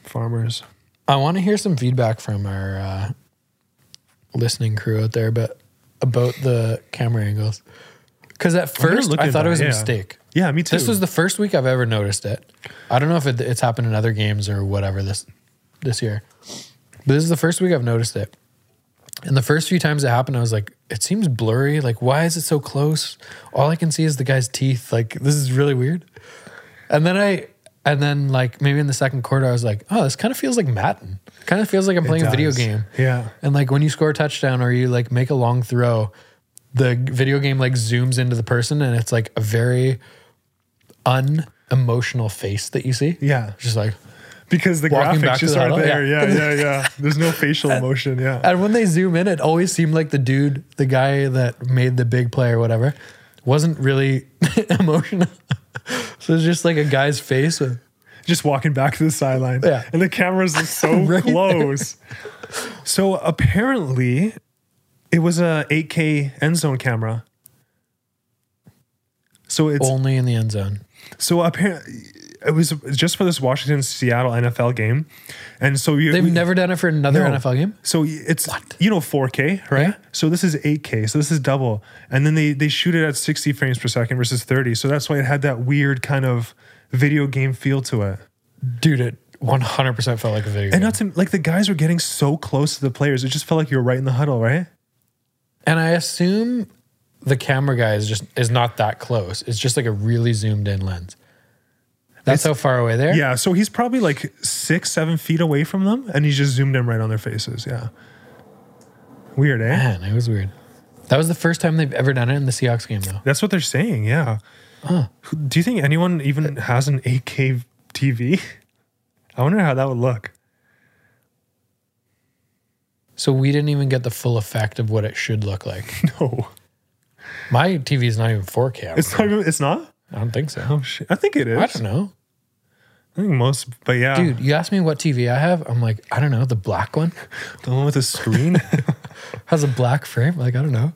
Speaker 2: Farmers.
Speaker 1: I want to hear some feedback from our uh, listening crew out there, but about the camera angles. Because at
Speaker 2: gonna
Speaker 1: first
Speaker 2: look
Speaker 1: I
Speaker 2: at
Speaker 1: thought
Speaker 2: that,
Speaker 1: it was
Speaker 2: yeah.
Speaker 1: a mistake.
Speaker 2: Yeah, me too.
Speaker 1: This was the first week I've ever noticed it. I don't know if it, it's happened in other games or whatever this this year, but this is the first week I've noticed it. And the first few times it happened, I was like, "It seems blurry. Like, why is it so close? All I can see is the guy's teeth. Like, this is really weird." And then I, and then like maybe in the second quarter, I was like, "Oh, this kind of feels like Madden. Kind of feels like I'm playing a video
Speaker 2: does.
Speaker 1: game."
Speaker 2: Yeah.
Speaker 1: And like when you score a touchdown or you like make a long throw, the g- video game like zooms into the person and it's like a very unemotional face that you see.
Speaker 2: Yeah.
Speaker 1: Just like
Speaker 2: Because the
Speaker 1: Walking back
Speaker 2: graphics
Speaker 1: to
Speaker 2: just
Speaker 1: the
Speaker 2: aren't
Speaker 1: huddle,
Speaker 2: there. Yeah,
Speaker 1: yeah.
Speaker 2: yeah, yeah. There's no facial emotion. Yeah.
Speaker 1: and when they zoom in, it always seemed like the dude, the guy that made the big play or whatever, wasn't really emotional. so it's just like a guy's face. with-
Speaker 2: Just walking back to the sideline.
Speaker 1: Yeah.
Speaker 2: And the camera's just so
Speaker 1: Right there.
Speaker 2: close. So apparently it was a 8K end zone camera. So it's
Speaker 1: only in the end zone.
Speaker 2: So apparently, it was just for this Washington Seattle NFL game, and so you
Speaker 1: They've never done it for another
Speaker 2: No.
Speaker 1: NFL game.
Speaker 2: So it's you know 4K, right?
Speaker 1: Yeah.
Speaker 2: So this is 8K, so this is double, and then they they shoot it at 60 frames per second versus 30. So that's why it had that weird kind of video game feel to it.
Speaker 1: Dude, it 100% felt like a video
Speaker 2: And
Speaker 1: game.
Speaker 2: not to like the guys were getting so close to the players, it just felt like you were right in the huddle, right?
Speaker 1: And I assume the camera guy is just is not that close. It's just like a really zoomed in lens. That's how far away there.
Speaker 2: Yeah. So he's probably like six, seven feet away from them, and he just zoomed in right on their faces. Yeah. Weird, eh?
Speaker 1: Man, it was weird. That was the first time they've ever done it in the Seahawks game though.
Speaker 2: That's what they're saying. Yeah. Who- Do you think anyone even has an 8K TV? I wonder how that would look.
Speaker 1: So we didn't even get the full effect of what it should look like.
Speaker 2: No,
Speaker 1: My TV is not even 4K. I
Speaker 2: it's
Speaker 1: don't-
Speaker 2: not. Even, it's not.
Speaker 1: I don't think so.
Speaker 2: Oh shit! I think it is.
Speaker 1: I don't know.
Speaker 2: I think most, but yeah,
Speaker 1: Dude, you asked me what TV I have. I'm like, I don't know, the black one.
Speaker 2: the one with the screen.
Speaker 1: Has a black frame? Like, I don't know.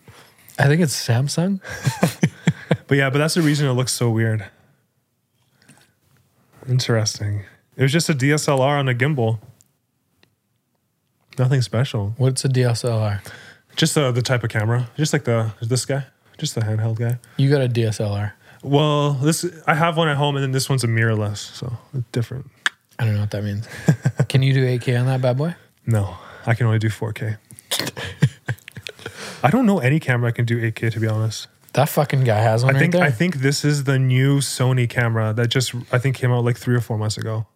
Speaker 1: I think it's Samsung.
Speaker 2: but yeah, but that's the reason it looks so weird. Interesting. It was just a DSLR on a gimbal. Nothing special.
Speaker 1: What's a DSLR?
Speaker 2: Just the the type of camera. Just like the this guy. Just the handheld guy.
Speaker 1: You got a DSLR.
Speaker 2: Well, this I have one at home, and then this one's a mirrorless, so it's different.
Speaker 1: I don't know what that means. Can you do 8K on that bad boy?
Speaker 2: No, I can only do 4K. I don't know any camera I can do 8K to be honest.
Speaker 1: That fucking guy has one
Speaker 2: I
Speaker 1: right
Speaker 2: think
Speaker 1: there.
Speaker 2: I think this is the new Sony camera that just I think came out like three or four months ago.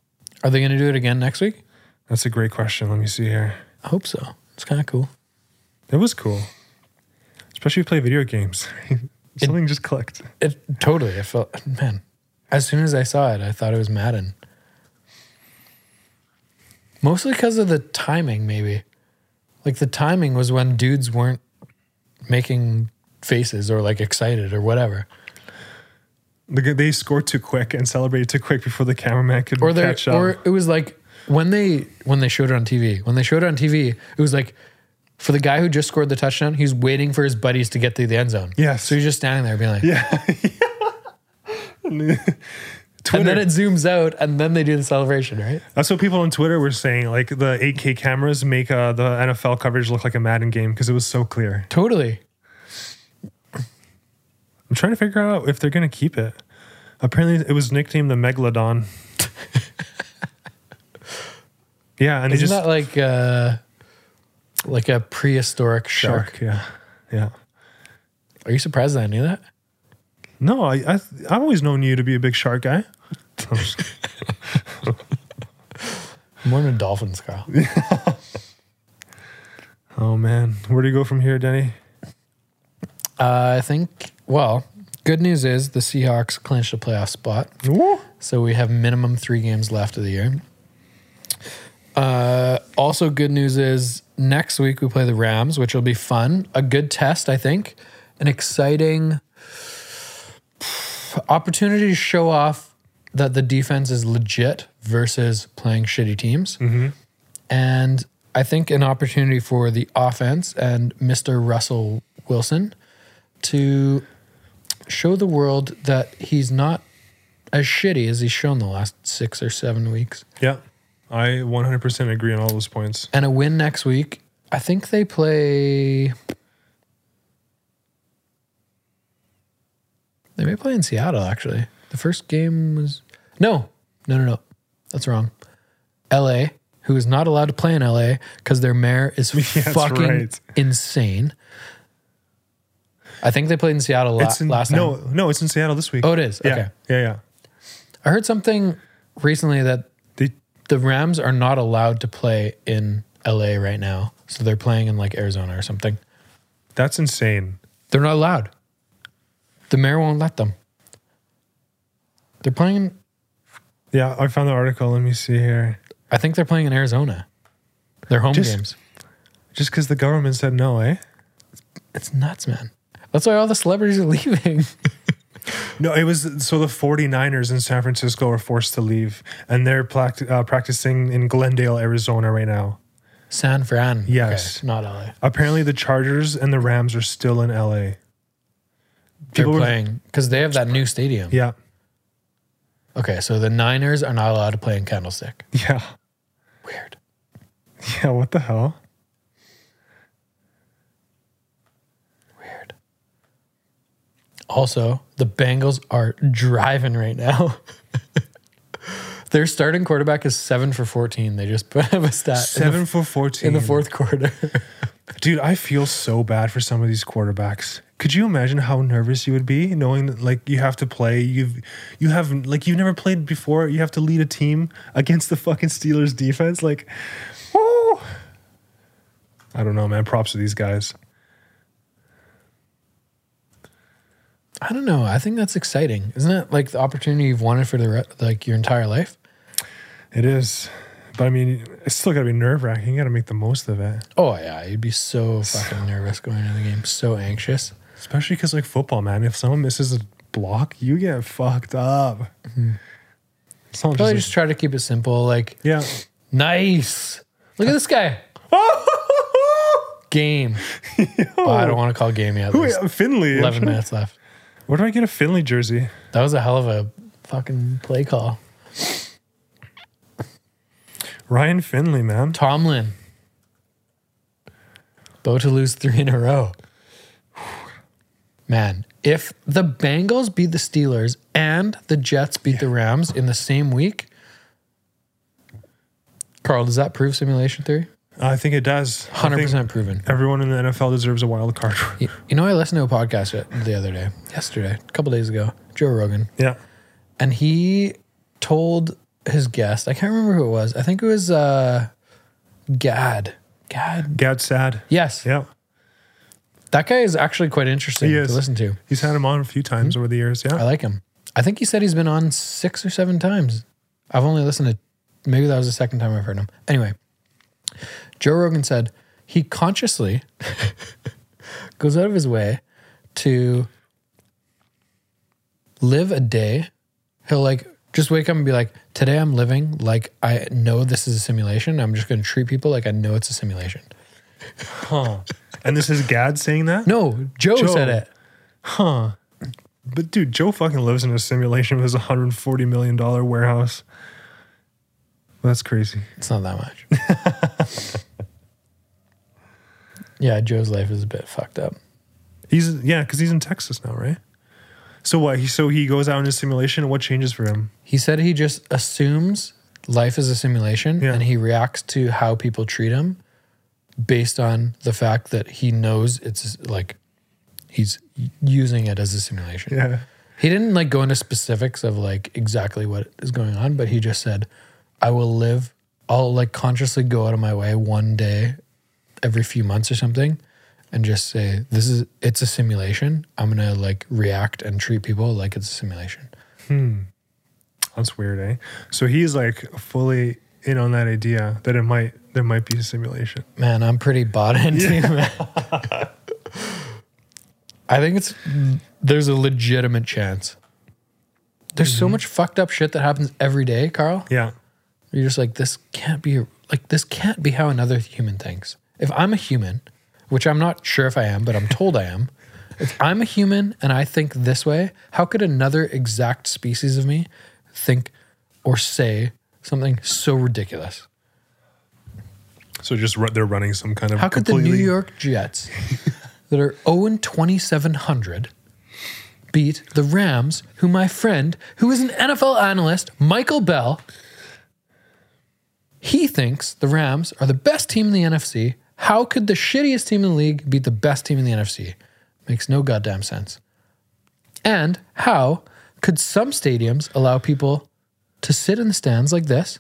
Speaker 1: Are they going to do it again next week?
Speaker 2: That's a great question. Let me see here.
Speaker 1: I hope so. It's kind of cool.
Speaker 2: It was cool. especially if you play video games. Something just clicked.
Speaker 1: It totally. I felt man. As soon as I saw it, I thought it was Madden. Mostly because of the timing, maybe. Like the timing was when dudes weren't making faces or like excited or whatever,
Speaker 2: The g- They scored too quick and celebrated too quick before the cameraman could
Speaker 1: or they
Speaker 2: catch up.
Speaker 1: or it was like when they when they showed it on TV. When they showed it on TV, it was like for the guy who just scored the touchdown, he's waiting for his buddies to get to the end zone.
Speaker 2: Yes.
Speaker 1: So he's just standing there being like,
Speaker 2: yeah.
Speaker 1: and
Speaker 2: Twitter.
Speaker 1: then it zooms out, and then they do the celebration, right?
Speaker 2: That's what people on Twitter were saying. Like the 8K cameras make uh, the NFL coverage look like a Madden game because it was so clear.
Speaker 1: Totally.
Speaker 2: I'm trying to figure out if they're going to keep it. Apparently, it was nicknamed the Megalodon. yeah, and they
Speaker 1: Isn't
Speaker 2: just
Speaker 1: that like uh, like a prehistoric shark?
Speaker 2: shark. Yeah, yeah.
Speaker 1: Are you surprised that I knew that?
Speaker 2: No, I, I I've always known you to be a big shark guy. I'm just-
Speaker 1: I'm more into dolphins, Carl.
Speaker 2: oh man, where do you go from here, Denny?
Speaker 1: Uh, I think. Well, good news is the Seahawks clinched a playoff spot,
Speaker 2: Ooh.
Speaker 1: so we have minimum three games left of the year. Uh, also, good news is next week we play the Rams, which will be fun. A good test, I think. An exciting opportunity to show off that the defense is legit versus playing shitty teams. And I think an opportunity for the offense and Mr. Russell Wilson to show the world that he's not as shitty as he's shown the last six or seven weeks.
Speaker 2: Yeah, I 100% agree on all those points.
Speaker 1: And a win next week. I think they play. They may play in Seattle, actually. The first game was. No, no, no, no. That's wrong. LA, who is not allowed to play in LA because their mayor is
Speaker 2: that's
Speaker 1: fucking
Speaker 2: right.
Speaker 1: insane. I think they played in Seattle la-
Speaker 2: It's in,
Speaker 1: last night.
Speaker 2: no, no, it's in Seattle this week.
Speaker 1: Oh, it is?
Speaker 2: Yeah,
Speaker 1: Okay.
Speaker 2: yeah, yeah.
Speaker 1: I heard something recently that
Speaker 2: They
Speaker 1: the Rams are not allowed to play in LA right now. So they're playing in like Arizona or something.
Speaker 2: That's insane.
Speaker 1: They're not allowed. The mayor won't let them. They're playing,
Speaker 2: Yeah, I found the article. Let me see here.
Speaker 1: I think they're playing in Arizona. Their home
Speaker 2: Just-
Speaker 1: games.
Speaker 2: Just because the government said no, eh?
Speaker 1: It's nuts, man. That's why all the celebrities are leaving.
Speaker 2: No, it was so the 49ers in San Francisco were forced to leave, and they're plact- uh, practicing in Glendale, Arizona right now.
Speaker 1: San Fran. Okay,
Speaker 2: Yes.
Speaker 1: not LA.
Speaker 2: Apparently, the Chargers and the Rams are still in LA.
Speaker 1: they're
Speaker 2: People were-
Speaker 1: playing because they have that new stadium.
Speaker 2: Yeah.
Speaker 1: Okay, so the Niners are not allowed to play in Candlestick.
Speaker 2: Yeah.
Speaker 1: Weird.
Speaker 2: Yeah. What the
Speaker 1: Uh,
Speaker 2: hell?
Speaker 1: Weird. Also, the Bengals are driving right now. Their starting quarterback is seven for 14. They just put up a stat
Speaker 2: Seven
Speaker 1: in,
Speaker 2: for
Speaker 1: the,
Speaker 2: 14.
Speaker 1: in the fourth quarter.
Speaker 2: Dude, I feel so bad for some of these quarterbacks. Could you imagine how nervous you would be knowing that like you have to play, you've you have like you've never played before, you have to lead a team against the fucking Steelers defense like oh I don't know, man. Props to these guys.
Speaker 1: I don't know. I think that's exciting. Isn't it like the opportunity you've wanted for the re- like your entire life?
Speaker 2: It is. But I mean, it's still got to be nerve-wracking. You got to make the most of it.
Speaker 1: Oh, yeah. You'd be so fucking nervous going into the game, so anxious.
Speaker 2: Especially cuz like football, man, if someone misses a block, you get fucked up. It's not
Speaker 1: Probably
Speaker 2: just
Speaker 1: just try to keep it simple. Like,
Speaker 2: like- yeah.
Speaker 1: nice. Look at this guy. Game. Oh, I don't want to call game yet.
Speaker 2: Who-
Speaker 1: There's
Speaker 2: Finley.
Speaker 1: 11 minutes left.
Speaker 2: Where do I get a Finley jersey?
Speaker 1: That was a hell of a fucking play call.
Speaker 2: Ryan Finley, man.
Speaker 1: Tomlin. Bo to lose three in a row. Man, if the Bengals beat the Steelers and the Jets beat the Rams in the same week, Carl, does that prove simulation theory?
Speaker 2: I think it does. I think
Speaker 1: 100% proven.
Speaker 2: Everyone in the NFL deserves a wild card.
Speaker 1: You you know, I listened to a podcast the- the other day, yesterday, a couple days ago, Joe Rogan,
Speaker 2: yeah.
Speaker 1: and he told his guest, I can't remember who it was. I think it was uh, Gad. Gad
Speaker 2: Gad sad.
Speaker 1: Yes.
Speaker 2: Yeah.
Speaker 1: That guy is actually quite interesting
Speaker 2: He
Speaker 1: to
Speaker 2: is.
Speaker 1: listen to.
Speaker 2: He's had him on a few times over the years. Yeah.
Speaker 1: Mm-hmm. I like him. I think he said he's been on six or seven times. I've only listened to maybe that was the second time I've heard him. Anyway, Joe Rogan said he consciously goes out of his way to live a day. He'll like just wake up and be like, Today I'm living like I know this is a simulation. I'm just gonna treat people like I know it's a simulation.
Speaker 2: Huh. And this is Gad saying that?
Speaker 1: No, Joe,
Speaker 2: Joe.
Speaker 1: said it.
Speaker 2: Huh. But dude, Joe fucking lives in a simulation with his $140 million warehouse. That's crazy.
Speaker 1: It's not that much. yeah, Joe's life is a bit fucked up.
Speaker 2: He's yeah, because he's in Texas now, right? So what? He, so he goes out in his simulation, and what changes for him?
Speaker 1: He said he just assumes life is a simulation
Speaker 2: Yeah.
Speaker 1: and he reacts to how people treat him based on the fact that he knows it's like he's using it as a simulation.
Speaker 2: Yeah,
Speaker 1: He didn't like go into specifics of like exactly what is going on, but he just said, I will live, I'll like consciously go out of my way one day every few months or something and just say, This is it's a simulation. I'm gonna like react and treat people like it's a simulation.
Speaker 2: that's weird, eh? So he's like fully in on that idea that it might there might be a simulation.
Speaker 1: Man, I'm pretty bought into that. I think it's there's a legitimate chance. There's so much fucked up shit that happens every day, Carl.
Speaker 2: Yeah,
Speaker 1: You're just like, this can't be like this can't be how another human thinks. If I'm a human, which I'm not sure if I am, but I'm told I am. If I'm a human and I think this way, how could another exact species of me think or say something so ridiculous?
Speaker 2: so just ru- they're running some kind of
Speaker 1: How could the New
Speaker 2: completely-
Speaker 1: York Jets that are 0 and 2700 beat the Rams, who my friend, who is an NFL analyst, Michael Bell, he thinks the Rams are the best team in the NFC. How could the shittiest team in the league beat the best team in the NFC? Makes no goddamn sense. And how could some stadiums allow people to sit in the stands like this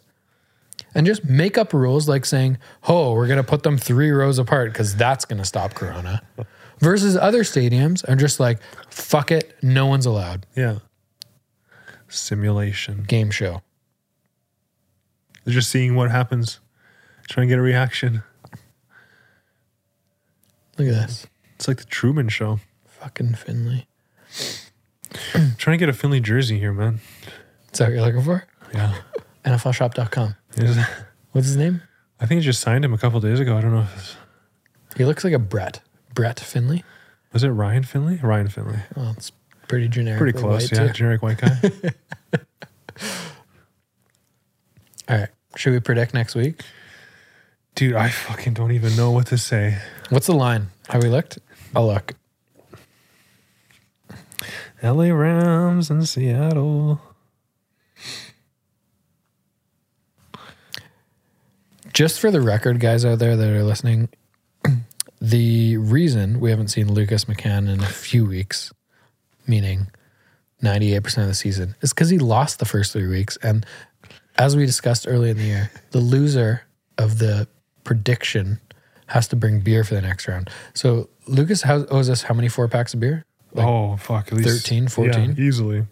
Speaker 1: and just make up rules like saying, oh, we're going to put them three rows apart because that's going to stop Corona? Versus other stadiums are just like, fuck it, no one's allowed.
Speaker 2: Yeah, simulation.
Speaker 1: Game show.
Speaker 2: They're just seeing what happens, trying to get a reaction.
Speaker 1: Look at this.
Speaker 2: It's like the Truman Show.
Speaker 1: Fucking Finley.
Speaker 2: trying to get a Finley jersey here, man.
Speaker 1: Is that what you're looking for?
Speaker 2: Yeah,
Speaker 1: NFLshop.com.
Speaker 2: There's-
Speaker 1: What's his name?
Speaker 2: I think I just signed him a couple days ago. I don't know if it's,
Speaker 1: He looks like a Brett. Brett Finley.
Speaker 2: was it Ryan Finley. Ryan Finley.
Speaker 1: Well, it's pretty generic.
Speaker 2: Pretty
Speaker 1: but white,
Speaker 2: close, yeah.
Speaker 1: too.
Speaker 2: Generic white guy.
Speaker 1: All right. Should we predict next week?
Speaker 2: Dude, I fucking don't even know what to say.
Speaker 1: What's the line? How we looked? I'll look.
Speaker 2: LA Rams and Seattle.
Speaker 1: Just for the record, guys out there that are listening, the reason we haven't seen Lucas McCann in a few weeks, meaning 98% of the season, is because he lost the first three weeks. And as we discussed earlier in the year, the loser of the prediction has to bring beer for the next round. So Lucas has, owes us how many four packs of beer?
Speaker 2: oh, fuck. At least
Speaker 1: 13,
Speaker 2: Yeah,
Speaker 1: 14?
Speaker 2: easily.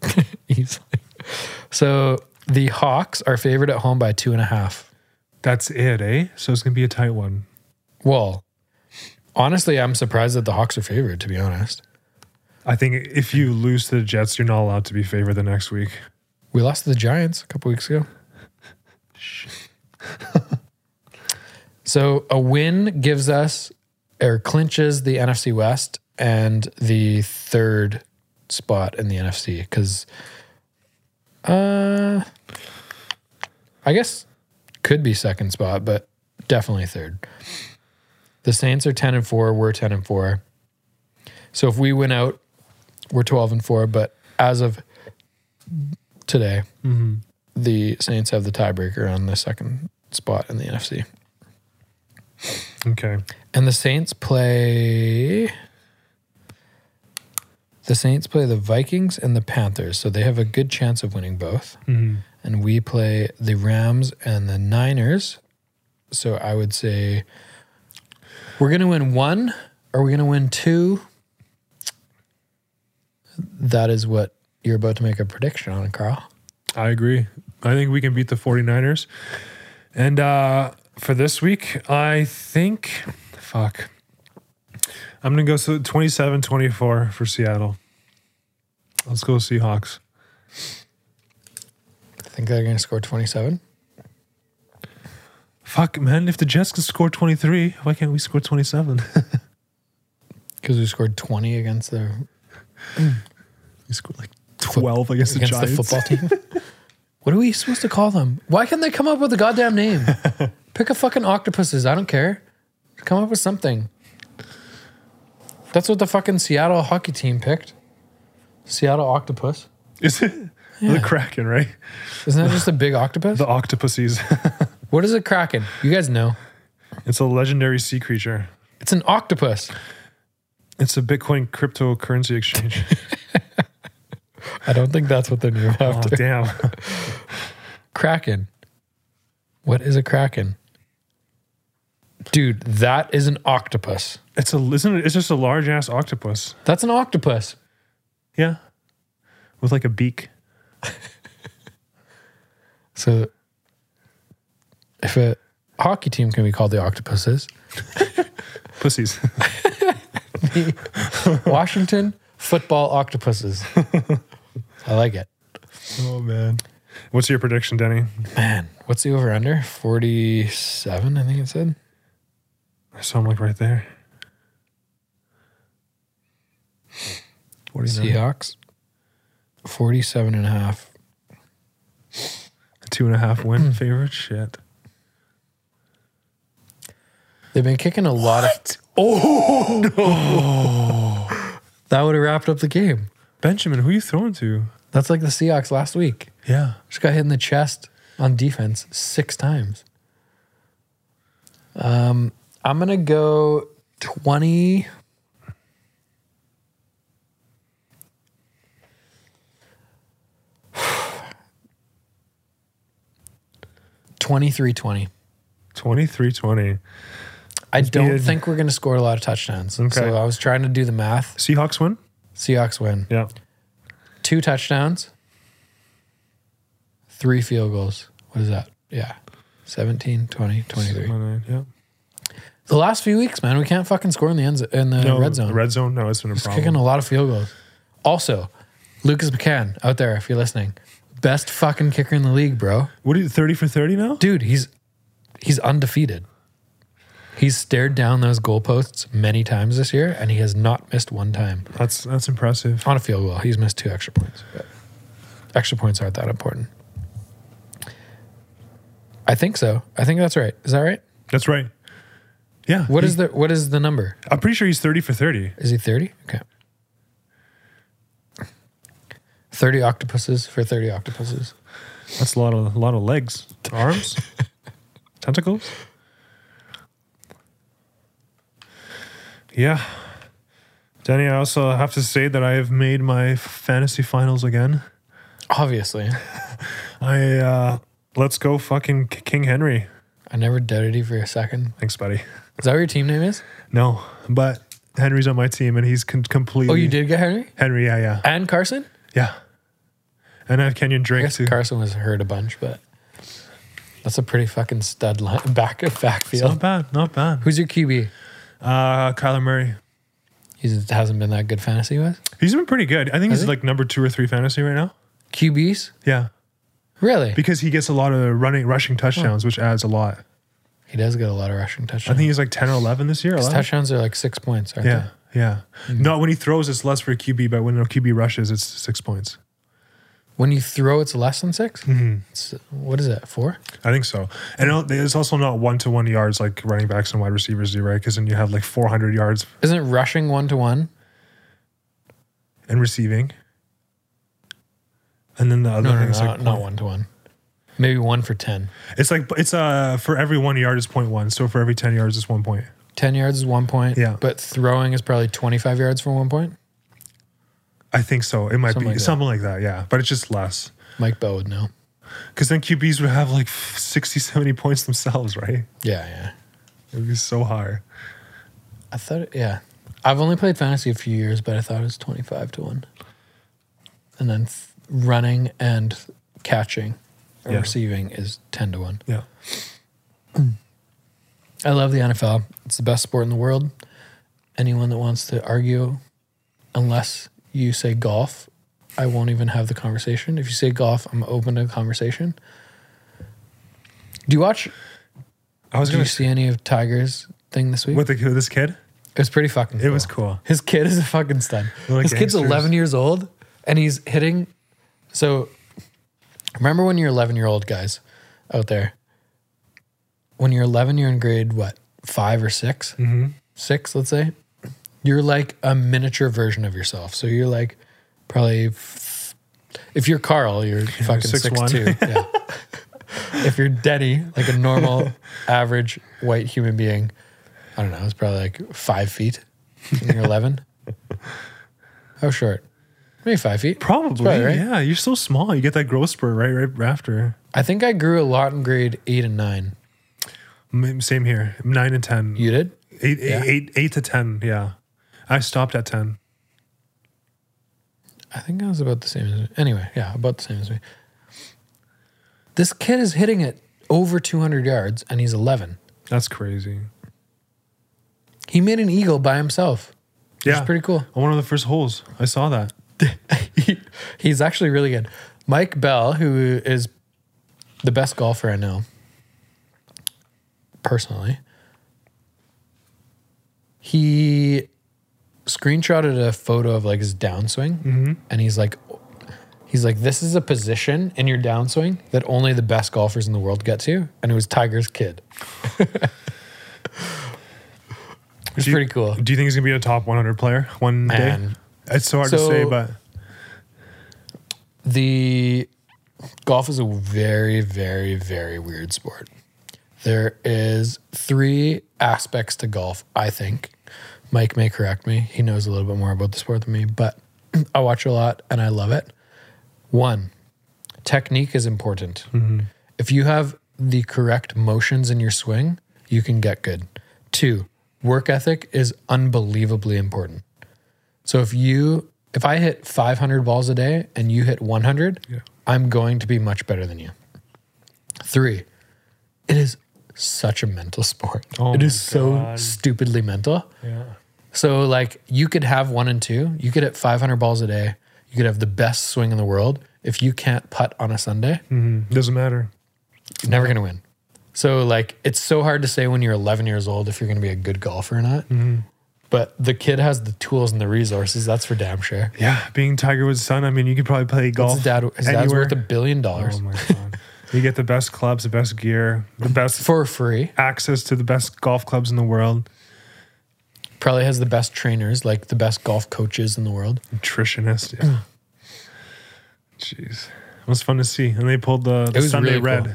Speaker 1: easily. So the Hawks are favored at home by two and a half.
Speaker 2: That's it, eh? So it's going to be a tight one.
Speaker 1: Well, honestly, I'm surprised that the Hawks are favored, to be honest.
Speaker 2: I think if you lose to the Jets, you're not allowed to be favored the next week.
Speaker 1: We lost to the Giants a couple weeks ago. so a win gives us or clinches the NFC West and the third spot in the NFC because uh I guess could be second spot, but definitely third. The Saints are 10 and 4, we're 10 and 4. So if we win out, we're 12 and 4, but as of today, the Saints have the tiebreaker on the second spot in the NFC.
Speaker 2: Okay.
Speaker 1: And the Saints play the Saints play the Vikings and the Panthers, so they have a good chance of winning both. And we play the Rams and the Niners. So I would say we're going to win one Are we going to win two? That is what you're about to make a prediction on, Carl.
Speaker 2: I agree. I think we can beat the 49ers. And uh, for this week, I think, fuck, I'm going to go so 27 24 for Seattle. Let's go Seahawks.
Speaker 1: I think they're going to score 27.
Speaker 2: Fuck, man. If the Jets can score 23, why can't we score 27?
Speaker 1: Because we scored 20 against the
Speaker 2: we scored like 12 against the
Speaker 1: against the,
Speaker 2: Giants.
Speaker 1: football team. what are we supposed to call them? Why can't they come up with a goddamn name? Pick a fucking octopuses. I don't care. Come up with something. That's what the fucking Seattle hockey team picked. Seattle octopus.
Speaker 2: Is it? The Kraken, right?
Speaker 1: Isn't that just a big octopus?
Speaker 2: The octopuses.
Speaker 1: What is a kraken? You guys know.
Speaker 2: it's a legendary sea creature.
Speaker 1: It's an octopus.
Speaker 2: It's a Bitcoin cryptocurrency exchange.
Speaker 1: I don't think that's what they're named
Speaker 2: oh,
Speaker 1: after.
Speaker 2: damn.
Speaker 1: kraken. What is a kraken? Dude, that is an octopus.
Speaker 2: It's a isn't it, it's just a large ass octopus.
Speaker 1: That's an octopus.
Speaker 2: Yeah. With like a beak.
Speaker 1: So if a hockey team can be called the octopuses,
Speaker 2: Pussies.
Speaker 1: Washington football octopuses. I like it.
Speaker 2: oh man. What's your prediction, Denny?
Speaker 1: Man, what's the over under? 47, I think it said.
Speaker 2: I saw him like right there. What do you know?
Speaker 1: Seahawks. 47 and a half.
Speaker 2: Two and a half win
Speaker 1: Mm.
Speaker 2: favorite? Shit.
Speaker 1: They've been kicking a lot of. Oh no! that would have wrapped up the game.
Speaker 2: Benjamin, who you throwing to?
Speaker 1: That's like the Seahawks last week.
Speaker 2: Yeah.
Speaker 1: Just got hit in the chest on defense six times. Um, I'm gonna go twenty. Twenty-three twenty.
Speaker 2: 23-20.
Speaker 1: I don't
Speaker 2: good.
Speaker 1: think we're going to score a lot of touchdowns.
Speaker 2: Okay.
Speaker 1: So I was trying to do the math.
Speaker 2: Seahawks win?
Speaker 1: Seahawks win.
Speaker 2: Yeah.
Speaker 1: Two touchdowns, three field goals. What is that? Yeah. 17, 20, 23.
Speaker 2: 7-9, Yeah.
Speaker 1: The last few weeks, man, we can't fucking score in the end z- in the
Speaker 2: No,
Speaker 1: red zone.
Speaker 2: Red zone? No, it's been a problem.
Speaker 1: Kicking a lot of field goals. Also, Lucas McCann out there, if you're listening, best fucking kicker in the league, bro.
Speaker 2: What are you, 30 for 30 now?
Speaker 1: Dude, he's he's undefeated. He's stared down those goalposts many times this year, and he has not missed one time.
Speaker 2: That's that's impressive.
Speaker 1: on a field goal. He's missed two extra points. but Extra points aren't that important. I think so. I think that's right. Is that right?
Speaker 2: That's right. Yeah.
Speaker 1: What
Speaker 2: he-
Speaker 1: is the what is the number?
Speaker 2: I'm pretty sure he's 30 for 30.
Speaker 1: Is he 30? Okay. 30 octopuses for 30 octopuses.
Speaker 2: That's a lot of a lot of legs, arms, tentacles. Yeah, Danny. I also have to say that I have made my fantasy finals again.
Speaker 1: Obviously.
Speaker 2: I uh, let's go fucking K- King Henry.
Speaker 1: I never doubted you for a second.
Speaker 2: Thanks, buddy.
Speaker 1: Is that what your team name is?
Speaker 2: No, but Henry's on my team, and he's con- completely.
Speaker 1: Oh, you did get Henry?
Speaker 2: Henry. Yeah, yeah,
Speaker 1: And Carson?
Speaker 2: yeah. And I have Kenyon
Speaker 1: I
Speaker 2: Drake
Speaker 1: guess
Speaker 2: too.
Speaker 1: Carson was hurt a bunch, but that's a pretty fucking stud line back
Speaker 2: It's not
Speaker 1: backfield.
Speaker 2: bad, not bad.
Speaker 1: Who's your QB?
Speaker 2: Uh, Kyler Murray.
Speaker 1: He hasn't been that good fantasy wise.
Speaker 2: He's been pretty good. I think
Speaker 1: Has he?
Speaker 2: he's like number two or three fantasy right now.
Speaker 1: QBs?
Speaker 2: Yeah.
Speaker 1: Really?
Speaker 2: because he gets a lot of running rushing touchdowns, which adds a lot.
Speaker 1: he does get a lot of rushing
Speaker 2: I
Speaker 1: touchdowns.
Speaker 2: think he's like ten or eleven this year. 11?
Speaker 1: His touchdowns are like six points, aren't
Speaker 2: yeah, yeah.
Speaker 1: Hmm.
Speaker 2: Not when he throws, it's less for a QB, but when a QB rushes, it's six points.
Speaker 1: they? When you throw, it's less than 6 Mm-hmm. what is that, four?
Speaker 2: I think so. And it'll- it's also not one to one yards like running backs and wide receivers do, right? Because then you have like four hundred yards
Speaker 1: Isn't rushing one to one?
Speaker 2: in receiving, and then the other
Speaker 1: No, no,
Speaker 2: thing
Speaker 1: no,
Speaker 2: is like
Speaker 1: not- not one to one. Maybe one for 10.
Speaker 2: it's like it's uh for every one yard is point one, so for every ten yards it's one point.
Speaker 1: 10 yards is one point.
Speaker 2: Yeah.
Speaker 1: But throwing is probably 25 yards for one point.
Speaker 2: I think so. It might
Speaker 1: Something
Speaker 2: be
Speaker 1: like that.
Speaker 2: something like that, yeah. But it's just less.
Speaker 1: Mike Bell would know.
Speaker 2: Because then QBs would have like 60, 70 points themselves, right?
Speaker 1: Yeah, yeah.
Speaker 2: It would be so high.
Speaker 1: I thought, it, yeah. I've only played fantasy a few years, but I thought it was 25 to 1. And then th- running and catching or
Speaker 2: Yeah.
Speaker 1: receiving is 10 to 1.
Speaker 2: Yeah.
Speaker 1: I love the NFL. It's the best sport in the world. Anyone that wants to argue, unless you say golf, I won't even have the conversation. If you say golf, I'm open to a conversation. Do you watch?
Speaker 2: I was
Speaker 1: Do you
Speaker 2: going to
Speaker 1: see any of Tiger's thing this week?
Speaker 2: with, the, with this kid.
Speaker 1: it was pretty fucking.
Speaker 2: It was cool.
Speaker 1: His kid is a fucking stud.
Speaker 2: They're like
Speaker 1: His kid's
Speaker 2: gangsters.
Speaker 1: 11 years old and he's hitting. So remember when you're 11 year old guys out there, when you're 11, you're in grade what, five or 6
Speaker 2: Mm-hmm.
Speaker 1: Six, let's say. You're like a miniature version of yourself. So you're like probably, f- if you're Carl, you're fucking
Speaker 2: six
Speaker 1: 6'2.
Speaker 2: one.
Speaker 1: yeah. If you're Denny, like a normal, average white human being, I don't know, it's probably like five feet. And you're 11. How short? Maybe five feet.
Speaker 2: Probably.
Speaker 1: That's right, right?
Speaker 2: Yeah. You're so small. You get that growth spurt right, right after.
Speaker 1: I think I grew a lot in grade eight and nine.
Speaker 2: M- Same here. Nine and 10.
Speaker 1: You did?
Speaker 2: Eight,
Speaker 1: Yeah.
Speaker 2: eight, eight to 10. Yeah. I stopped at 10.
Speaker 1: I think I was about the same as me. Anyway, yeah, about the same as me. This kid is hitting it over 200 yards and he's 11.
Speaker 2: That's crazy.
Speaker 1: He made an eagle by himself.
Speaker 2: Yeah.
Speaker 1: pretty cool.
Speaker 2: On one of the first holes. I saw that.
Speaker 1: He- he's actually really good. Mike Bell, who is the best golfer I know, personally, he screenshotted a photo of like his downswing,
Speaker 2: Mm-hmm.
Speaker 1: and he's like, he's like, this is a position in your downswing that only the best golfers in the world get to, and it was Tiger's kid. it's
Speaker 2: Do you-
Speaker 1: pretty cool.
Speaker 2: Do you think he's going to be a top 100 player one
Speaker 1: Man.
Speaker 2: day? It's so hard to
Speaker 1: So-
Speaker 2: say, but
Speaker 1: the golf is a very very very weird sport there is three aspects to golf i think mike may correct me he knows a little bit more about the sport than me but i watch a lot and i love it one technique is important
Speaker 2: Mm-hmm.
Speaker 1: if you have the correct motions in your swing you can get good two work ethic is unbelievably important so if you if I hit 500 balls a day and you hit 100,
Speaker 2: Yeah.
Speaker 1: I'm going to be much better than you. 3. It is such a mental sport.
Speaker 2: Oh
Speaker 1: it
Speaker 2: my
Speaker 1: is so
Speaker 2: God.
Speaker 1: stupidly mental.
Speaker 2: yeah.
Speaker 1: So like you could have 1 and 2, you could hit 500 balls a day, you could have the best swing in the world. If you can't putt on a Sunday,
Speaker 2: Mhm. Doesn't matter.
Speaker 1: you're never going to win. So like it's so hard to say when you're 11 years old if you're going to be a good golfer or not. But the kid has the tools and the resources, that's for damn sure.
Speaker 2: Yeah. Being Tiger Woods' son, I mean, you could probably play golf.
Speaker 1: His dad, his dad's
Speaker 2: anywhere.
Speaker 1: worth a billion dollars
Speaker 2: Oh my god! you get the best clubs, the best gear, the best
Speaker 1: for free.
Speaker 2: access to the best golf clubs in the world.
Speaker 1: Probably has the best trainers, like the best golf coaches in the world.
Speaker 2: Nutritionist. Yeah. Jeez, it was fun to see, and they pulled the, the
Speaker 1: was
Speaker 2: Sunday
Speaker 1: really
Speaker 2: red.
Speaker 1: cool.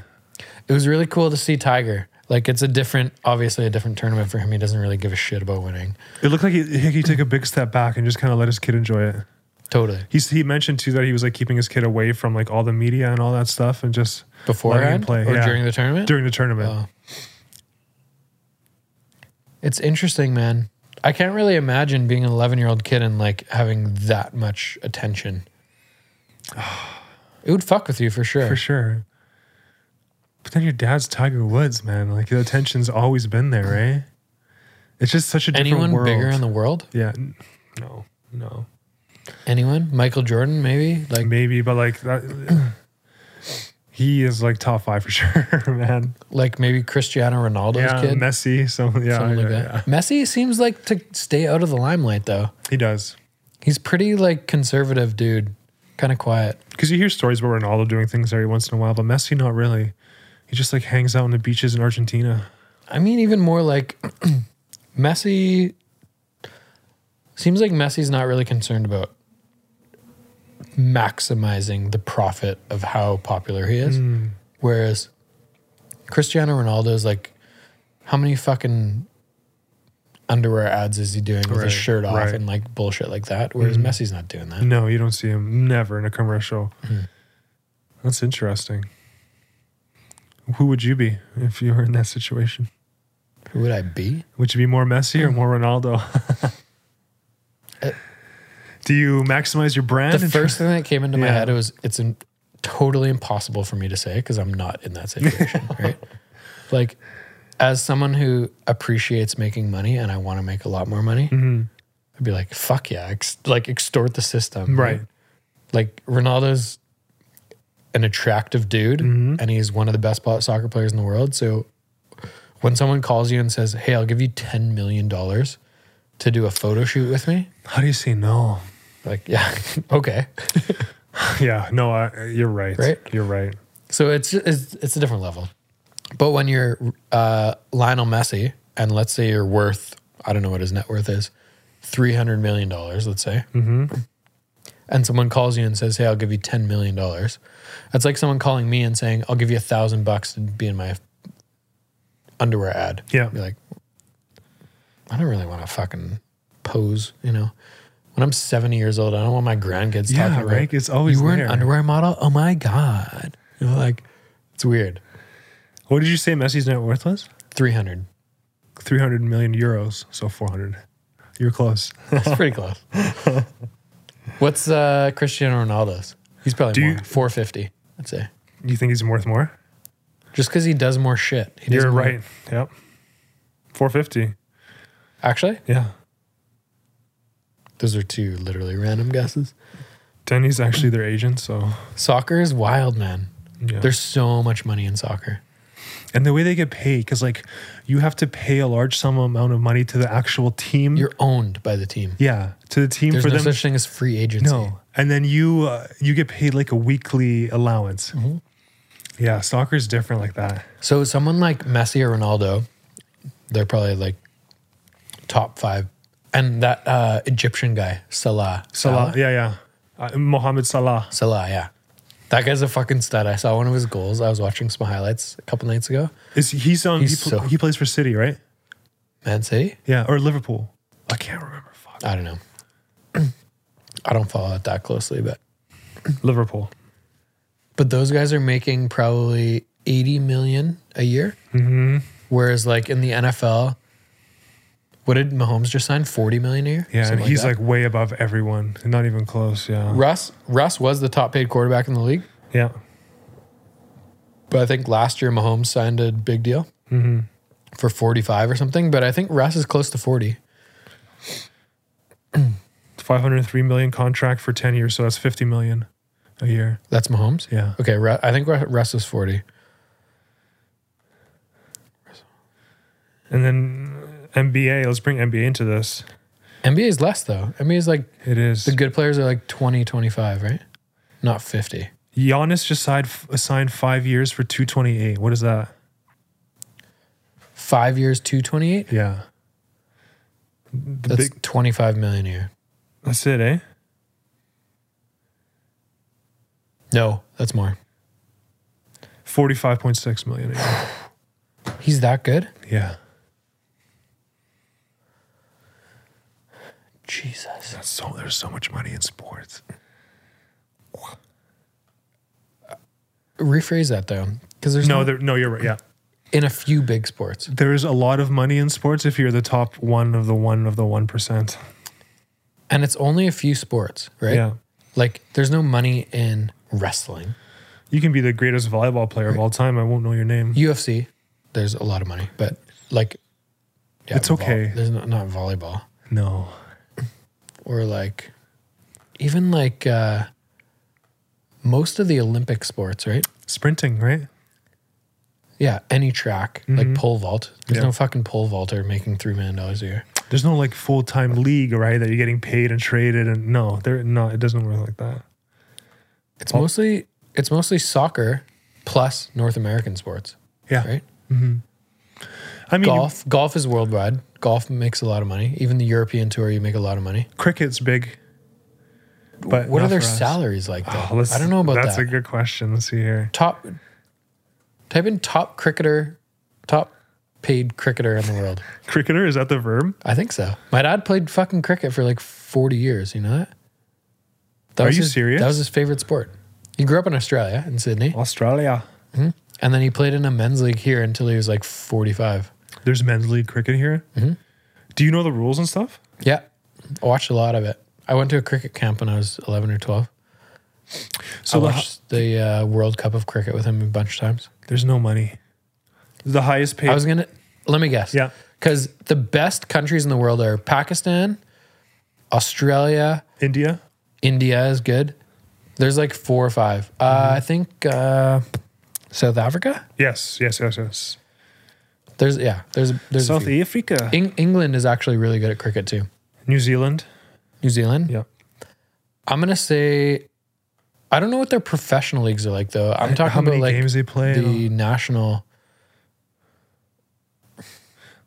Speaker 1: It was really cool to see Tiger. Like it's a different, obviously a different tournament for him. He doesn't really give a shit about winning.
Speaker 2: It looked like he, he took a big step back and just kind of let his kid enjoy it.
Speaker 1: Totally.
Speaker 2: He he mentioned too that he was like keeping his kid away from like all the media and all that stuff, and just
Speaker 1: Beforehand
Speaker 2: play,
Speaker 1: or
Speaker 2: yeah.
Speaker 1: during the tournament?
Speaker 2: during the tournament.
Speaker 1: Oh. It's interesting, man. I can't really imagine being an 11 year old kid and like having that much attention. It would fuck with you for sure.
Speaker 2: for sure. But then your dad's Tiger Woods, man. Like the attention's always been there, right? It's just such a different
Speaker 1: Anyone
Speaker 2: world.
Speaker 1: bigger in the world?
Speaker 2: yeah, n- no, no,
Speaker 1: Anyone? Michael Jordan, maybe? Like
Speaker 2: maybe, but like that. he is like top five for sure, man.
Speaker 1: like maybe Cristiano Ronaldo's
Speaker 2: yeah,
Speaker 1: kid.
Speaker 2: Messi. So yeah,
Speaker 1: something like
Speaker 2: yeah,
Speaker 1: that. Messi seems like to stay out of the limelight though.
Speaker 2: yeah. he does.
Speaker 1: He's pretty like conservative dude, kind of quiet.
Speaker 2: Because you hear stories about Ronaldo doing things every once in a while, but Messi not really. He just like hangs out on the beaches in Argentina.
Speaker 1: I mean even more like Messi seems like Messi's not really concerned about maximizing the profit of how popular he is.
Speaker 2: Hmm.
Speaker 1: Whereas Cristiano Ronaldo is like how many fucking underwear ads is he doing with
Speaker 2: Right,
Speaker 1: his shirt off
Speaker 2: right. Hmm.
Speaker 1: and like bullshit like that? Whereas Messi's not doing that.
Speaker 2: No, you don't see him never in a commercial.
Speaker 1: Hmm.
Speaker 2: That's interesting. Who would you be if you were in that situation?
Speaker 1: Who would I be?
Speaker 2: Would you be more Messi or more Ronaldo? Do you maximize your brand?
Speaker 1: Uh, The
Speaker 2: and try-
Speaker 1: first thing that came into my
Speaker 2: Yeah.
Speaker 1: head was it's in, totally impossible for me to say because I'm not in that situation, right? Like, as someone who appreciates making money and I want to make a lot more money,
Speaker 2: Mm-hmm.
Speaker 1: I'd be like, "Fuck yeah!" Ex- like extort the system,
Speaker 2: Right.
Speaker 1: Like Ronaldo's an attractive dude,
Speaker 2: Mm-hmm.
Speaker 1: and he's one of the best po- soccer players in the world. So when someone calls you and says, "Hey, I'll give you ten million dollars to do a photo shoot with me,"
Speaker 2: How do you say no?
Speaker 1: like, yeah, okay.
Speaker 2: yeah, no, I, you're right.
Speaker 1: Right?
Speaker 2: You're right.
Speaker 1: So it's it's, it's a different level. But when you're uh, Lionel Messi, and let's say you're worth, I don't know what his net worth is, three hundred million dollars, let's say, mm-hmm. and someone calls you and says, "Hey, I'll give you ten million dollars," that's like someone calling me and saying, "I'll give you a thousand bucks to be in my underwear ad."
Speaker 2: Yeah.
Speaker 1: be like, I don't really want to fucking pose, you know. When I'm 70 years old, I don't want my grandkids
Speaker 2: Yeah,
Speaker 1: talking about
Speaker 2: right? It's always
Speaker 1: you were
Speaker 2: there."
Speaker 1: an underwear model. Oh my god, you know, like it's weird.
Speaker 2: What did you say Messi's net worth was?
Speaker 1: 300.
Speaker 2: 300 million euros, so 400. You're close.
Speaker 1: That's pretty close. What's uh, Cristiano Ronaldo's? He's probably
Speaker 2: Do
Speaker 1: more
Speaker 2: you-
Speaker 1: 450. I'd say
Speaker 2: You think he's worth more?
Speaker 1: just because he does more shit. He does
Speaker 2: You're
Speaker 1: more-
Speaker 2: right. Yep. 450.
Speaker 1: Actually,
Speaker 2: Yeah.
Speaker 1: those are two literally random guesses.
Speaker 2: Denny's actually their agent, so
Speaker 1: Soccer is wild, man.
Speaker 2: yeah.
Speaker 1: There's so much money in soccer.
Speaker 2: and the way they get paid, because like you have to pay a large sum amount of money to the actual team.
Speaker 1: You're owned by the team.
Speaker 2: yeah, to the team
Speaker 1: There's
Speaker 2: for
Speaker 1: no
Speaker 2: them.
Speaker 1: such thing as free agency.
Speaker 2: no, and then you uh, you get paid like a weekly allowance. Yeah, soccer's different like that.
Speaker 1: So someone like Messi or Ronaldo, they're probably like top five. And that uh, Egyptian guy, Salah.
Speaker 2: Salah, yeah, yeah, uh, Mohamed Salah.
Speaker 1: Salah, yeah. That guy's a fucking stud. I saw one of his goals. I was watching some highlights a couple nights ago.
Speaker 2: Is he's on?
Speaker 1: He's
Speaker 2: he, pl-
Speaker 1: so-
Speaker 2: he plays for City, right?
Speaker 1: Man City?
Speaker 2: Yeah, or Liverpool. I can't remember. Fuck.
Speaker 1: I don't know. I don't follow it that closely, but
Speaker 2: Liverpool.
Speaker 1: but those guys are making probably 80 million a year. Mm-hmm. Whereas like in the NFL, what did Mahomes just sign? 40 million a year?
Speaker 2: Yeah,
Speaker 1: Something
Speaker 2: and he's
Speaker 1: that.
Speaker 2: like way above everyone. Not even close. Yeah.
Speaker 1: Russ Russ was the top paid quarterback in the league,
Speaker 2: Yeah.
Speaker 1: but I think last year Mahomes signed a big deal
Speaker 2: Mm-hmm.
Speaker 1: for forty five or something. But I think Russ is close to forty.
Speaker 2: 503 million contract for 10 years, so that's 50 million a year.
Speaker 1: That's Mahomes.
Speaker 2: Yeah.
Speaker 1: Okay, Ru- I think Ru- Russ is forty.
Speaker 2: And then NBA, let's bring NBA into this.
Speaker 1: NBA is less though. NBA is like
Speaker 2: It is.
Speaker 1: the good players are like 20, 25, right? Not fifty.
Speaker 2: Giannis just signed, signed five years for 228. What is that?
Speaker 1: Five years, two twenty eight.
Speaker 2: Yeah. The
Speaker 1: That's
Speaker 2: big,
Speaker 1: twenty five million a year.
Speaker 2: that's it, eh?
Speaker 1: No, that's more.
Speaker 2: 45.6 million a year.
Speaker 1: He's that good.
Speaker 2: Yeah.
Speaker 1: Jesus.
Speaker 2: That's so, there's so much money in sports.
Speaker 1: Rephrase that though, because there's
Speaker 2: No,
Speaker 1: no
Speaker 2: there, no, you're right. Yeah.
Speaker 1: in a few big sports.
Speaker 2: There's a lot of money in sports if you're the top one of the one of the 1%.
Speaker 1: And it's only a few sports, right?
Speaker 2: Yeah.
Speaker 1: Like, there's no money in wrestling.
Speaker 2: You can be the greatest volleyball player of all time. I won't know your name.
Speaker 1: UFC, there's a lot of money, but like, yeah,
Speaker 2: It's okay.
Speaker 1: There's not, not volleyball
Speaker 2: No.
Speaker 1: or like, even like uh, most of the Olympic sports, right?
Speaker 2: Sprinting, right?
Speaker 1: Yeah, any track, like pole vault. There's
Speaker 2: Mm-hmm. Yeah.
Speaker 1: no fucking pole vaulter making $3 million a year.
Speaker 2: There's no like full time league, right? That you're getting paid and traded and no, they're not it doesn't work like that.
Speaker 1: It's mostly, it's mostly soccer plus North American sports,
Speaker 2: Yeah.
Speaker 1: right?
Speaker 2: I mean
Speaker 1: golf, golf is worldwide. Golf makes a lot of money. Even the European tour, you make a lot of money.
Speaker 2: cricket's big. But
Speaker 1: What
Speaker 2: not
Speaker 1: are their
Speaker 2: for us.
Speaker 1: salaries like though?
Speaker 2: Oh, let's-
Speaker 1: I don't know about
Speaker 2: that's
Speaker 1: that.
Speaker 2: a good question. Let's see here.
Speaker 1: top type in top cricketer, top paid cricketer in the world.
Speaker 2: Cricketer, is that the verb?
Speaker 1: I think so. My dad played fucking cricket for like 40 years, you know that? that
Speaker 2: Are
Speaker 1: was
Speaker 2: you
Speaker 1: his,
Speaker 2: serious?
Speaker 1: That was his favorite sport. He grew up in Australia in Sydney.
Speaker 2: Australia.
Speaker 1: And then he played in a men's league here until he was like 45. Mm-hmm.
Speaker 2: There's men's league cricket here. Do you know the rules and stuff?
Speaker 1: Yeah. I watched a lot of it. I went to a cricket camp when I was 11 or 12.
Speaker 2: So
Speaker 1: I
Speaker 2: the, hi-
Speaker 1: watched the uh, World Cup of cricket with him a bunch of times.
Speaker 2: there's no money. The highest paid.
Speaker 1: I was gonna let me guess.
Speaker 2: Yeah.
Speaker 1: Because the best countries in the world are Pakistan, Australia,
Speaker 2: India.
Speaker 1: India is good. There's like four or five. Uh,
Speaker 2: Mm-hmm.
Speaker 1: I think uh, South Africa.
Speaker 2: Yes, yes, yes, yes.
Speaker 1: There's yeah. There's there's a
Speaker 2: South E-
Speaker 1: few.
Speaker 2: Africa.
Speaker 1: Eng- England is actually really good at cricket too.
Speaker 2: New Zealand.
Speaker 1: New Zealand.
Speaker 2: Yeah.
Speaker 1: I'm gonna say. I don't know what their professional leagues are like though. I'm talking
Speaker 2: How many
Speaker 1: about like
Speaker 2: games they play?
Speaker 1: the national.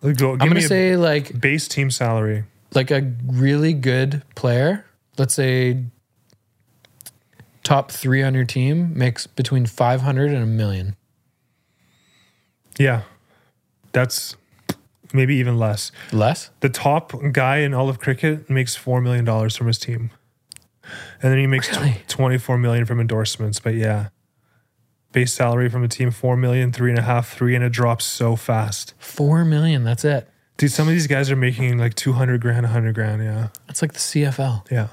Speaker 2: Like, go, give
Speaker 1: I'm
Speaker 2: me
Speaker 1: gonna
Speaker 2: a
Speaker 1: say like
Speaker 2: base team salary.
Speaker 1: like a really good player, let's say top three on your team makes between 500 and a million.
Speaker 2: Yeah. That's maybe even less.
Speaker 1: Less?
Speaker 2: The top guy in all of cricket makes $4 million from his team. And then he makes tw-
Speaker 1: Really?
Speaker 2: 24 million from endorsements. But yeah. Base salary from a team, four million, three and a half, three, and it drops so fast.
Speaker 1: Four million. That's it.
Speaker 2: Dude, some of these guys are making like 200 grand, 100 grand. Yeah.
Speaker 1: That's like the CFL.
Speaker 2: Yeah.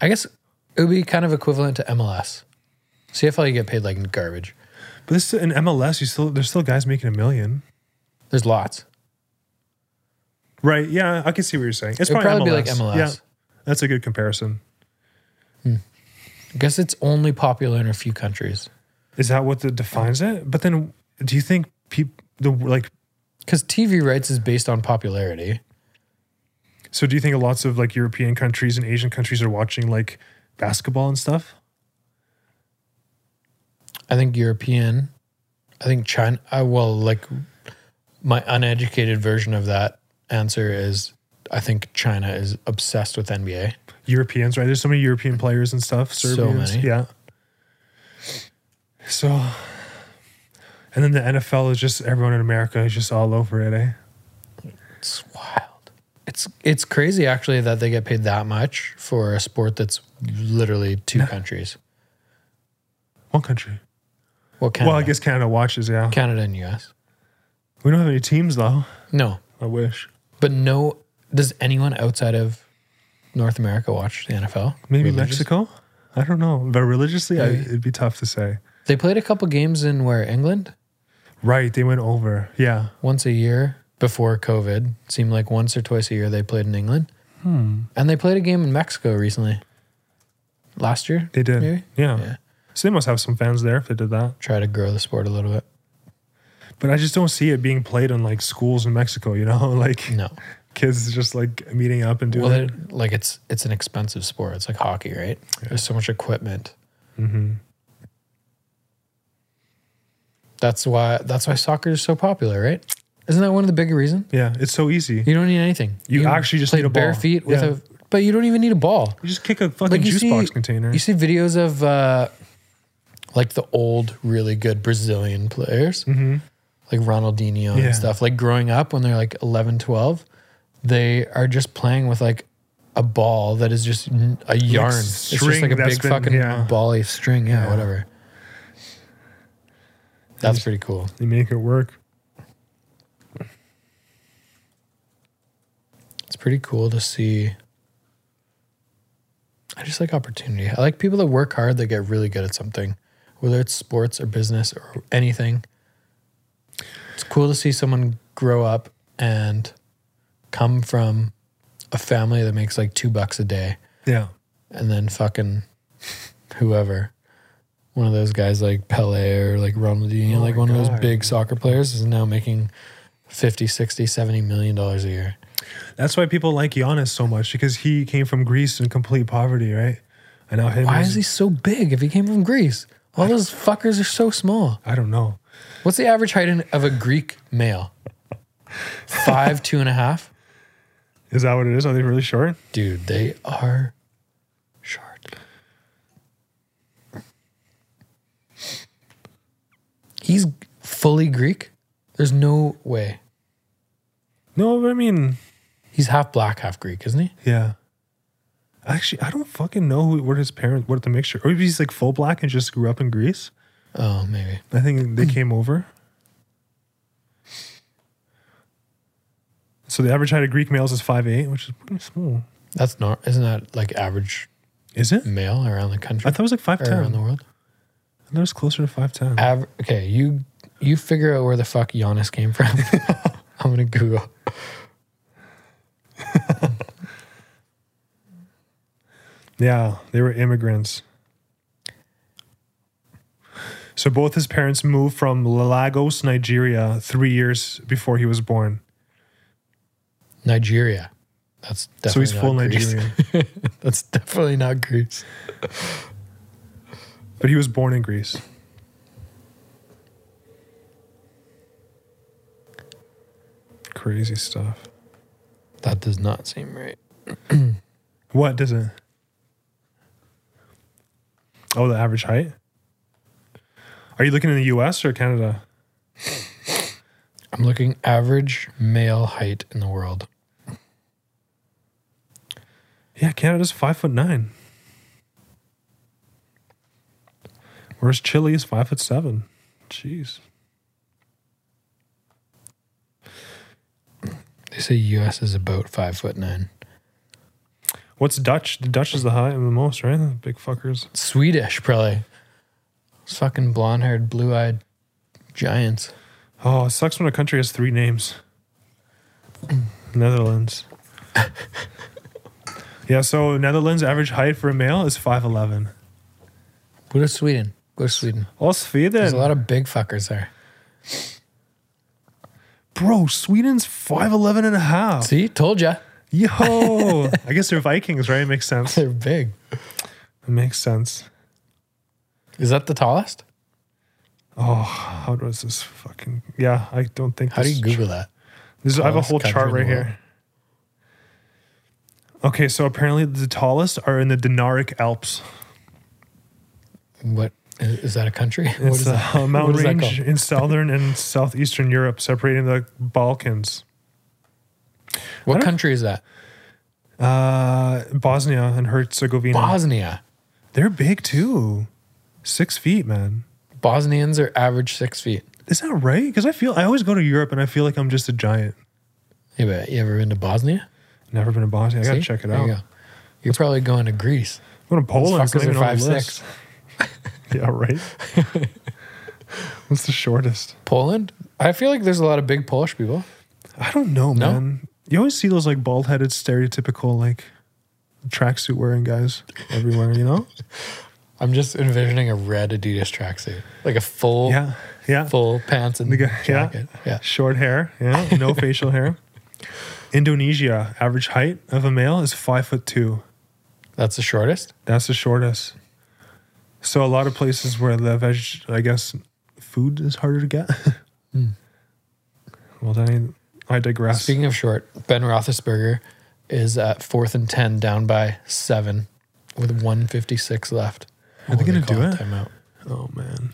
Speaker 1: I guess it would be kind of equivalent to MLS. CFL, you get paid like garbage.
Speaker 2: But this in MLS, you still there's still guys making a million.
Speaker 1: There's lots.
Speaker 2: Right. Yeah, I can see what you're saying. It's
Speaker 1: It would
Speaker 2: probably,
Speaker 1: probably be like
Speaker 2: MLS.
Speaker 1: MLS.
Speaker 2: Yeah, that's a good comparison.
Speaker 1: I guess it's only popular in a few countries
Speaker 2: Is that what the, defines it? But then, do you think people the like?
Speaker 1: because TV rights is based on popularity.
Speaker 2: So do you think lots of like European countries and Asian countries are watching like basketball and stuff?
Speaker 1: I think European. I think China. I, well, like my uneducated version of that answer is I think China is obsessed with NBA.
Speaker 2: Europeans, right? There's so many European players and stuff.
Speaker 1: So
Speaker 2: Serbians,
Speaker 1: many.
Speaker 2: yeah. So, and then the NFL is just everyone in America is just all over it, eh?
Speaker 1: It's wild. It's it's crazy actually that they get paid that much for a sport that's literally two countries.
Speaker 2: One country.
Speaker 1: Well, Canada,
Speaker 2: Well, I guess Canada watches. Yeah,
Speaker 1: Canada and U.S.
Speaker 2: we don't have any teams though.
Speaker 1: No,
Speaker 2: I wish.
Speaker 1: but no. Does anyone outside of North America watch the NFL?
Speaker 2: Maybe
Speaker 1: Religious?
Speaker 2: Mexico. I don't know, but religiously, I,
Speaker 1: Maybe.
Speaker 2: it'd be tough to say.
Speaker 1: They played a couple games in where England.
Speaker 2: Right, they went over. Yeah,
Speaker 1: once a year before COVID. Seemed like once or twice a year they played in England.
Speaker 2: Hmm.
Speaker 1: And they played a game in Mexico recently. Last year,
Speaker 2: they did.
Speaker 1: Maybe?
Speaker 2: Yeah.
Speaker 1: Yeah.
Speaker 2: so they must have some fans there if they did that.
Speaker 1: try to grow the sport a little bit.
Speaker 2: But I just don't see it being played in like schools in Mexico. You know, like
Speaker 1: No,
Speaker 2: kids just like meeting up and doing
Speaker 1: well,
Speaker 2: it.
Speaker 1: it, like it's it's an expensive sport. It's like hockey, right? There's so much equipment.
Speaker 2: Mm-hmm.
Speaker 1: That's why that's why soccer is so popular, right? Isn't that one of the big reasons?
Speaker 2: Yeah, it's so easy.
Speaker 1: You don't need anything.
Speaker 2: You
Speaker 1: can
Speaker 2: actually just
Speaker 1: play
Speaker 2: need a ball.
Speaker 1: bare feet with
Speaker 2: Yeah.
Speaker 1: a, but you don't even need a ball.
Speaker 2: You just kick a fucking
Speaker 1: you
Speaker 2: juice
Speaker 1: see-
Speaker 2: box container.
Speaker 1: You see videos of uh, like the old, really good Brazilian players, like Ronaldinho
Speaker 2: Mm-hmm. Yeah.
Speaker 1: and stuff, like growing up when they're like 11, 12, they are just playing with like a ball that is just n- a yarn. it's just
Speaker 2: string
Speaker 1: like a
Speaker 2: that's
Speaker 1: big
Speaker 2: been-
Speaker 1: fucking
Speaker 2: yeah.
Speaker 1: bally string. Yeah,
Speaker 2: Yeah.
Speaker 1: whatever. That's pretty cool.
Speaker 2: they make it work.
Speaker 1: It's pretty cool to see. I just like opportunity. I like people that work hard that get really good at something, whether it's sports or business or anything. It's cool to see someone grow up and come from a family that makes like two bucks a day
Speaker 2: Yeah,
Speaker 1: and then fucking whoever. One of those guys like Pele or like Ronaldinho,
Speaker 2: Oh
Speaker 1: like
Speaker 2: my
Speaker 1: one of those
Speaker 2: God.
Speaker 1: big soccer players is now making 50, 60, 70 million dollars a year.
Speaker 2: that's why people like Giannis so much because he came from Greece in complete poverty, right? And now him.
Speaker 1: Why is he so big if he came from Greece? All those fuckers are so small.
Speaker 2: I don't know.
Speaker 1: What's the average height in- of a Greek male? Five, two and a half?
Speaker 2: Is that what it is? Are they really short?
Speaker 1: Dude, they are short. He's fully Greek. There's no way.
Speaker 2: No, but I mean,
Speaker 1: He's half black, half Greek, isn't he?
Speaker 2: yeah. Actually, I don't fucking know who, what his parents, what the mixture, or maybe he's like full black and just grew up in Greece.
Speaker 1: Oh, maybe.
Speaker 2: I think they came over. So the average height of Greek males is 5'8, which is pretty small.
Speaker 1: That's not isn't that like average
Speaker 2: Is it?
Speaker 1: male around the country
Speaker 2: I thought it was like
Speaker 1: or around
Speaker 2: 5'10.
Speaker 1: the world?
Speaker 2: That was closer to 5'10.
Speaker 1: Aver- okay, you you figure out where the fuck Giannis came from. I'm gonna Google.
Speaker 2: Yeah, they were immigrants. So both his parents moved from Lagos, Nigeria, three years before he was born.
Speaker 1: Nigeria. That's definitely
Speaker 2: so he's
Speaker 1: not
Speaker 2: full
Speaker 1: Greece.
Speaker 2: Nigerian,
Speaker 1: That's definitely not Greece.
Speaker 2: but he was born in Greece. Crazy stuff.
Speaker 1: That does not seem right.
Speaker 2: What does it? Oh, the average height. Are you looking in the U.S. or Canada?
Speaker 1: I'm looking average male height in the world.
Speaker 2: Yeah, Canada's five foot nine. Whereas Chile is five foot seven. Jeez.
Speaker 1: They say U.S. is about five foot nine.
Speaker 2: What's Dutch? The Dutch is the high the most, right? The big fuckers.
Speaker 1: Swedish, probably. It's fucking blonde haired, blue eyed giants.
Speaker 2: Oh, it sucks when a country has three names. Netherlands. yeah, so Netherlands average height for a male is five eleven.
Speaker 1: Go to Sweden. Go to Sweden.
Speaker 2: Oh,
Speaker 1: There's a
Speaker 2: Sweden.
Speaker 1: lot of big fuckers there.
Speaker 2: Bro, Sweden's 5'11 and a half.
Speaker 1: See, told ya.
Speaker 2: Yo. I guess they're Vikings, right? It makes sense. It
Speaker 1: They're big.
Speaker 2: makes sense.
Speaker 1: Is that the tallest?
Speaker 2: Oh, how does this fucking? Yeah, I don't think.
Speaker 1: How do
Speaker 2: this
Speaker 1: you
Speaker 2: is
Speaker 1: Google that?
Speaker 2: tr- This, is- I have a
Speaker 1: tallest
Speaker 2: whole
Speaker 1: country
Speaker 2: chart
Speaker 1: in the
Speaker 2: right
Speaker 1: world?
Speaker 2: here. Okay, so apparently the tallest are in the Dinaric Alps.
Speaker 1: What is, is that a country? What
Speaker 2: It's
Speaker 1: is that?
Speaker 2: a mountain
Speaker 1: What is that
Speaker 2: range in southern and southeastern Europe, separating the Balkans.
Speaker 1: What country is that?
Speaker 2: Uh, Bosnia and Herzegovina.
Speaker 1: Bosnia.
Speaker 2: They're big too. Six feet, man.
Speaker 1: Bosnians are average six feet.
Speaker 2: Is that right? Because I feel I always go to Europe and I feel like I'm just a giant.
Speaker 1: Yeah, but you ever been to Bosnia?
Speaker 2: Never been to Bosnia. I gotta
Speaker 1: See?
Speaker 2: check it
Speaker 1: There
Speaker 2: out.
Speaker 1: You are probably going to Greece.
Speaker 2: I'm going to Poland. It's
Speaker 1: Those
Speaker 2: not
Speaker 1: fuckers
Speaker 2: even
Speaker 1: are
Speaker 2: on
Speaker 1: five
Speaker 2: the list.
Speaker 1: six.
Speaker 2: Yeah, right. What's the shortest?
Speaker 1: Poland. I feel like there's a lot of big Polish people.
Speaker 2: I don't know,
Speaker 1: No?
Speaker 2: man. You always see those like bald headed, stereotypical like tracksuit wearing guys everywhere, you know?
Speaker 1: I'm just envisioning a red Adidas tracksuit, like a full,
Speaker 2: yeah. Yeah.
Speaker 1: full pants and
Speaker 2: The guy- yeah.
Speaker 1: jacket. Yeah.
Speaker 2: Short hair. Yeah. No facial hair. Indonesia, average height of a male is five foot two.
Speaker 1: that's the shortest.
Speaker 2: That's the shortest. So a lot of places where the veg, I guess, food is harder to get. Well, then I digress.
Speaker 1: Hmm. Speaking of short, Ben Roethlisberger is at fourth and ten, down by seven, with 156 left.
Speaker 2: Are they
Speaker 1: Well,
Speaker 2: gonna
Speaker 1: call
Speaker 2: do
Speaker 1: a
Speaker 2: it?
Speaker 1: Timeout.
Speaker 2: oh man,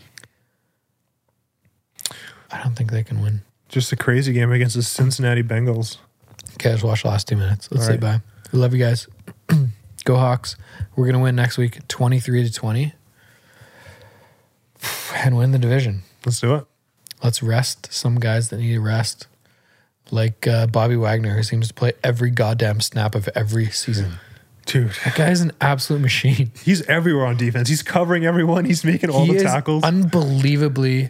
Speaker 1: I don't think they can win.
Speaker 2: just a crazy game against the Cincinnati Bengals.
Speaker 1: Okay, let's watch the last two minutes. Let's
Speaker 2: All
Speaker 1: say
Speaker 2: right.
Speaker 1: bye. We love you guys. Go Hawks. We're gonna win next week, 23 to 20, and win the division.
Speaker 2: Let's do it.
Speaker 1: Let's rest some guys that need a rest, like uh, Bobby Wagner, who seems to play every goddamn snap of every season.
Speaker 2: Dude,
Speaker 1: That guy's an absolute machine.
Speaker 2: he's everywhere on defense. He's covering everyone. He's making all
Speaker 1: he
Speaker 2: the
Speaker 1: is
Speaker 2: tackles.
Speaker 1: unbelievably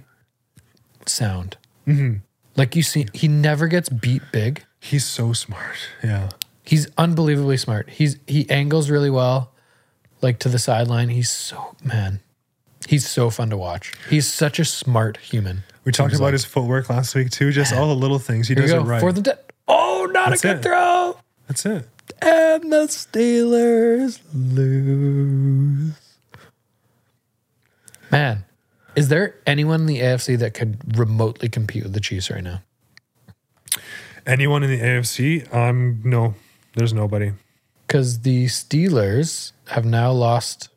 Speaker 1: sound.
Speaker 2: Mm-hmm.
Speaker 1: Like you see, he never gets beat big.
Speaker 2: he's so smart. Yeah.
Speaker 1: He's unbelievably smart. He's he angles really well, like to the sideline. He's so man, he's so fun to watch. He's such a smart human.
Speaker 2: We talked
Speaker 1: Seems
Speaker 2: about
Speaker 1: like-
Speaker 2: his footwork last week too. Just all the little things. He
Speaker 1: Here
Speaker 2: does
Speaker 1: you
Speaker 2: it
Speaker 1: go
Speaker 2: right.
Speaker 1: fourth and ten. Oh, not
Speaker 2: That's
Speaker 1: a good
Speaker 2: it.
Speaker 1: throw.
Speaker 2: That's it.
Speaker 1: And the Steelers lose. Man, is there anyone in the AFC that could remotely compete with the Chiefs right now?
Speaker 2: Anyone in the AFC? Um, no, there's nobody.
Speaker 1: Because the Steelers have now lost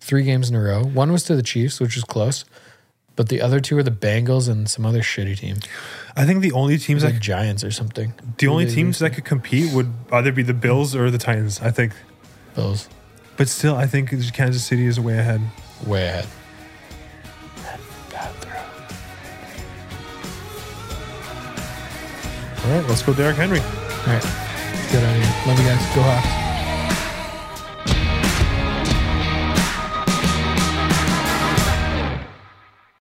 Speaker 1: three games in a row. One was to the Chiefs, which was close, but the other two are the Bengals and some other shitty team,
Speaker 2: I think the only teams
Speaker 1: like
Speaker 2: that
Speaker 1: Giants or something.
Speaker 2: the only
Speaker 1: They
Speaker 2: teams that could compete would either be the Bills or the Titans. I think.
Speaker 1: lose Bills
Speaker 2: But still, I think Kansas City is way ahead.
Speaker 1: way ahead.
Speaker 2: All right, let's go, Derrick Henry.
Speaker 1: All right. Let's get out of here. Love you guys. Go Hawks.